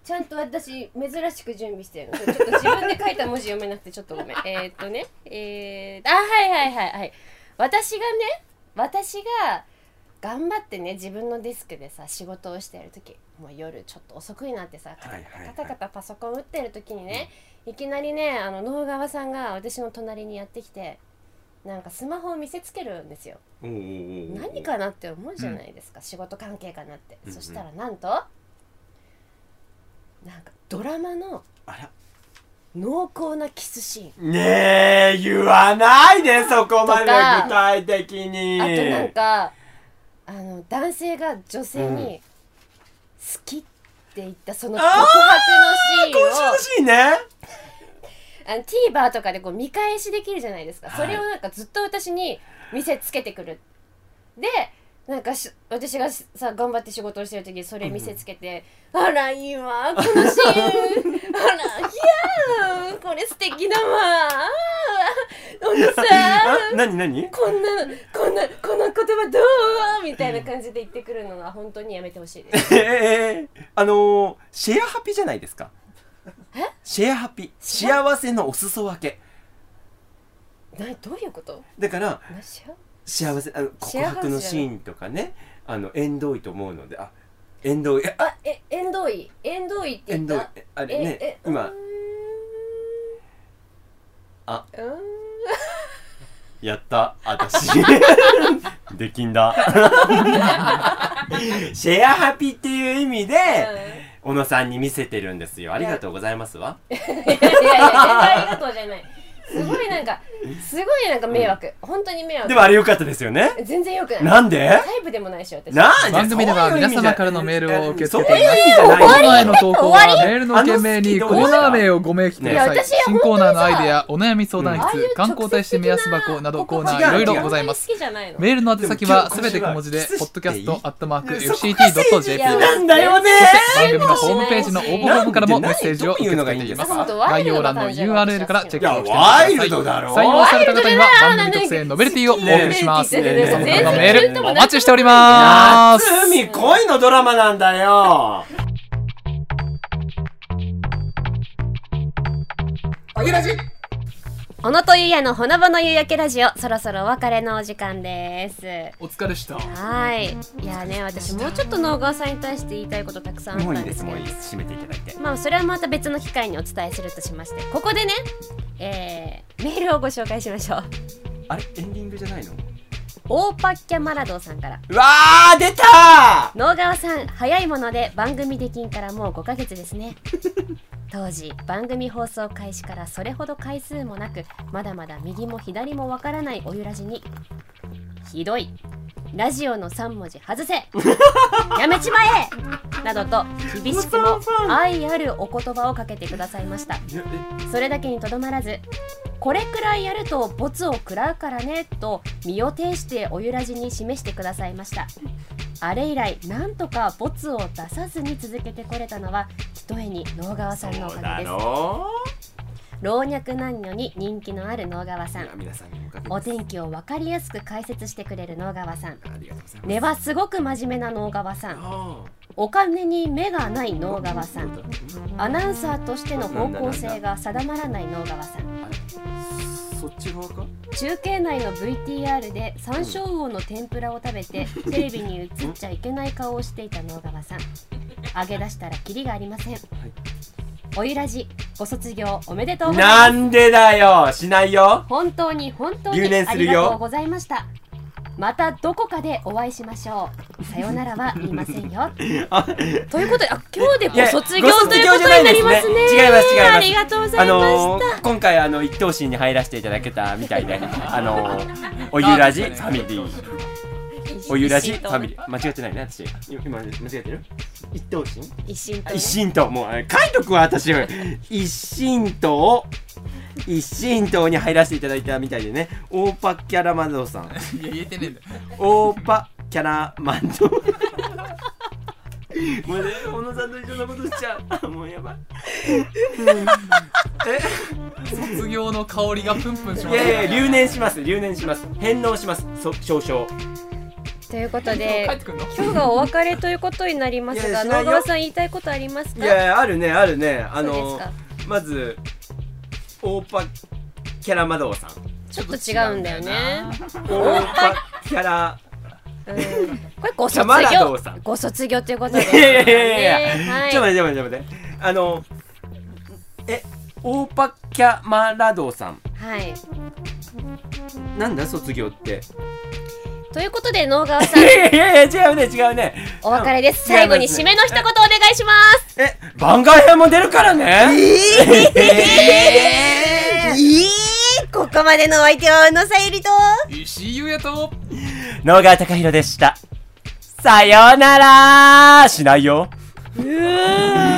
Speaker 1: ちゃんと私珍しく準備してるの。ちょっと自分で書いた文字読めなくてちょっと
Speaker 3: *laughs*
Speaker 1: ごめん。えーっとね、えー、あはいはいはいはい。私がね、私が頑張ってね自分のデスクでさ仕事をしてる時もう夜ちょっと遅くになってさカタ
Speaker 3: はいはいはい
Speaker 1: カタカタカタパソコン打ってる時にねいきなりねあの能川さんが私の隣にやってきてなんかスマホを見せつけるんですよ。
Speaker 3: おうおうおうおう
Speaker 1: 何かなって思うじゃないですか、仕事関係かなって、
Speaker 3: うんうん
Speaker 1: そしたらなんとなんかドラマの
Speaker 3: あら
Speaker 1: 濃厚なキスシ
Speaker 3: ねえ言わないでそこまで
Speaker 1: とか
Speaker 3: 具体的
Speaker 1: ー
Speaker 3: に
Speaker 1: ンあとなんかあの男性が女性に「好き」って言ったその告白のシーンを
Speaker 3: 今週のシーンね
Speaker 1: あの TVer とかでこう見返しできるじゃないですか、
Speaker 3: はい
Speaker 1: それをなんかずっと私に見せつけてくるでなんかし私がしさ頑張って仕事をしてる時にそれ見せつけて「あらいいわこのシーンあらいやーこれ素敵だわあーおじさん
Speaker 3: あ何何
Speaker 1: こんなこんなこの言葉どう?」みたいな感じで言ってくるのは本当にやめてほしいです
Speaker 3: ええええ *laughs* あのーシェアハピじゃないですかシェアハピ幸せのお裾分け
Speaker 1: などういうこと
Speaker 3: だから
Speaker 1: 何しよう
Speaker 3: 幸せあの
Speaker 1: 幸せ
Speaker 3: 告
Speaker 1: じゃない
Speaker 3: 白のシーンとかねあの縁遠いと思うのであ縁遠いえあ
Speaker 1: あえ縁遠い縁遠いって言
Speaker 3: 縁
Speaker 1: っ
Speaker 3: 遠い
Speaker 1: た
Speaker 3: えあれ
Speaker 1: え
Speaker 3: ね
Speaker 1: え
Speaker 3: 今
Speaker 1: うーん
Speaker 3: あ
Speaker 1: うーん
Speaker 3: やった私
Speaker 1: *laughs*
Speaker 3: できんだシェアハピっていう意味で小野さんに見せてるんですよありがとうございますわ
Speaker 1: いやいやいや全然ありがとうじゃないすごいなんかすごいなんか迷惑、本当に迷惑
Speaker 3: でもあれ良かったですよね
Speaker 1: 全然よくない
Speaker 3: なんで
Speaker 1: タイプでもないし私
Speaker 3: なんで
Speaker 2: 番組では皆様からのメールを受け付けています。
Speaker 3: そういう意味じ
Speaker 2: コ
Speaker 3: ゃ
Speaker 2: ーナー
Speaker 3: ない
Speaker 2: へ
Speaker 3: の
Speaker 2: の投稿
Speaker 1: 終
Speaker 2: はメールの件名にコ
Speaker 3: あの好きどう
Speaker 2: ー
Speaker 3: ですか
Speaker 2: ナー名をご明記くださ
Speaker 1: いや
Speaker 2: い。
Speaker 1: 私は
Speaker 2: 新コーナーのアイデ
Speaker 1: 本当に
Speaker 2: ア、お悩み相談
Speaker 1: ああいう
Speaker 2: 室、観光大使目安箱などコーナーいろい
Speaker 3: 違う違
Speaker 2: ろ
Speaker 3: う
Speaker 2: ございます。
Speaker 1: 好きじゃないの
Speaker 2: メールの宛先は
Speaker 3: でも今日
Speaker 2: すべて小文字で
Speaker 3: 今、日
Speaker 2: podcast.fct.jp
Speaker 3: そ
Speaker 2: そ
Speaker 3: こ
Speaker 2: して
Speaker 3: が政治なんだよね
Speaker 2: 番組のホームページの応募フォームからもメッセージを受け付けていま
Speaker 3: なん
Speaker 2: す
Speaker 3: で。
Speaker 2: 概要欄の URL からチェッ
Speaker 3: いや
Speaker 2: クをしてください。
Speaker 3: ワイルドだろ
Speaker 2: 採用された方には番組特製ノベルティをお送りします。
Speaker 3: ね
Speaker 2: 皆様からのメ
Speaker 3: ね
Speaker 2: ールお待ちしております。
Speaker 3: 夏海恋のドラマなんだよ
Speaker 1: 小野とゆうやのほのぼの夕焼けラジオそろそろお別れのお時間です
Speaker 2: お疲れした。
Speaker 1: はいいやね私もうちょっと能川さんに対して言いたいことたくさんあ
Speaker 3: も
Speaker 1: っ
Speaker 3: うい
Speaker 1: た
Speaker 3: い
Speaker 1: ん
Speaker 3: で
Speaker 1: ですすけ
Speaker 3: も
Speaker 1: ど
Speaker 3: ういいです締めていただいて
Speaker 1: まあそれはまた別の機会にお伝えするとしましてここでね、えーメールをご紹介しましょう
Speaker 3: あれエンディングじゃないの
Speaker 1: オーパッキャマラドーさんから
Speaker 3: うわー出た
Speaker 1: 能川さん早いもので番組できんからもう5ヶ月ですね当時番組放送開始からそれほど回数もなくまだまだ右も左もわからないおゆらじにひどいラジオの3文字外せやめちまえなどと厳しくも愛あるお言葉をかけてくださいました
Speaker 3: いや
Speaker 1: それだけにとどまらずこれくらいやるとボツを食らうからねと身を挺しておゆらじに示してくださいましたあれ以来なんとかボツを出さずに続けてこれたのはひとえに能川
Speaker 3: え
Speaker 1: さんのお
Speaker 3: そ
Speaker 1: か
Speaker 3: うだ
Speaker 1: げです
Speaker 3: ろ
Speaker 1: 老若男女に人気のある能川
Speaker 3: うい
Speaker 1: さん
Speaker 3: や皆さんにおかげです
Speaker 1: お天気を分かりやすく解説してくれる能川さん
Speaker 3: ありがとうございます
Speaker 1: 根はすごく真面目な能川さん
Speaker 3: あ
Speaker 1: お金に目がない能
Speaker 3: ー
Speaker 1: 川さん
Speaker 3: そうだ
Speaker 1: アナウンサーとしての方向性が定まらない能川さん
Speaker 3: あれそっち側か
Speaker 1: 中継内の VTR で山椒魚の天ぷらを食べてテレビに映っちゃいけない顔をしていた能川さん揚げ出したらキリがありません、おゆらじご卒業おめでとうございます
Speaker 3: なんでだよしないよ
Speaker 1: 本当に本当に
Speaker 3: 留年
Speaker 1: あ
Speaker 3: する
Speaker 1: り
Speaker 3: よ
Speaker 1: がとうございましたまたどこかでお会いしましょうさようならは言いませんよ
Speaker 3: *laughs* あ
Speaker 1: ということであ今日で
Speaker 3: いや
Speaker 1: ご卒業
Speaker 3: ご卒
Speaker 1: という
Speaker 3: 業
Speaker 1: こ
Speaker 3: じ
Speaker 1: と
Speaker 3: ゃな
Speaker 1: になり
Speaker 3: いですね
Speaker 1: ますね
Speaker 3: 違います違います
Speaker 1: ありがとうございました、
Speaker 3: あのー、今回あの一等身に入らせていただけたみた
Speaker 1: *laughs*
Speaker 3: いで、あのー、おゆらじファミリー。おゆらじファミリー。間違ってないね、私。今、間違ってる一等身
Speaker 1: 一心と、ね、
Speaker 3: 一神党。もう、あれ書いとくわ、 *laughs* 私。一神党。一神党に入らせていただいたみたいでね。オーパキャラマンドさん。
Speaker 2: いや、言えてねえんだよ。
Speaker 3: オーパキャラマンド。 *laughs* もうね、小野さんと一緒のことしちゃうあ。もうやばい。
Speaker 2: 卒業の香りがプンプンしますね。
Speaker 3: いやいや、留年します、留年します。返納します、そ少々。
Speaker 1: ということで
Speaker 2: 帰ってくんの
Speaker 1: 今日がお別れということになりま
Speaker 3: いや
Speaker 1: す
Speaker 3: い
Speaker 1: が
Speaker 3: やしな
Speaker 1: 野
Speaker 3: いよ
Speaker 1: 川さん言いたいことあります
Speaker 3: い
Speaker 1: か
Speaker 3: やいやあるねあるねあ
Speaker 1: そう
Speaker 3: の
Speaker 1: ですか
Speaker 3: まずオー
Speaker 1: *laughs*
Speaker 3: パキャラマドウさん
Speaker 1: ちょっと違うんだよね
Speaker 3: オーパキャラ *laughs*
Speaker 1: うんこれご
Speaker 3: キャ
Speaker 1: 卒
Speaker 3: マラド
Speaker 1: 業
Speaker 3: ーさん
Speaker 1: ご卒業ということで、
Speaker 3: いやいやいやいや
Speaker 1: ねはい
Speaker 3: ちょっと待ってちょっと待ってちょっと待ってあのえオーパキャマラドーさん
Speaker 1: はい
Speaker 3: なんだ卒業って
Speaker 1: ということで能川さん
Speaker 3: *laughs* いやいやいや違うね違うね
Speaker 1: お別れです
Speaker 3: うん違い
Speaker 1: 最
Speaker 3: ま
Speaker 1: 後に
Speaker 3: すね
Speaker 1: 締めの一言お願いします
Speaker 3: え番外編も出るからね
Speaker 1: *laughs* えー、ここまでのお相手は野さゆりと
Speaker 2: 石井優也と
Speaker 3: 能川貴弘でしたさようならしないよ
Speaker 1: うー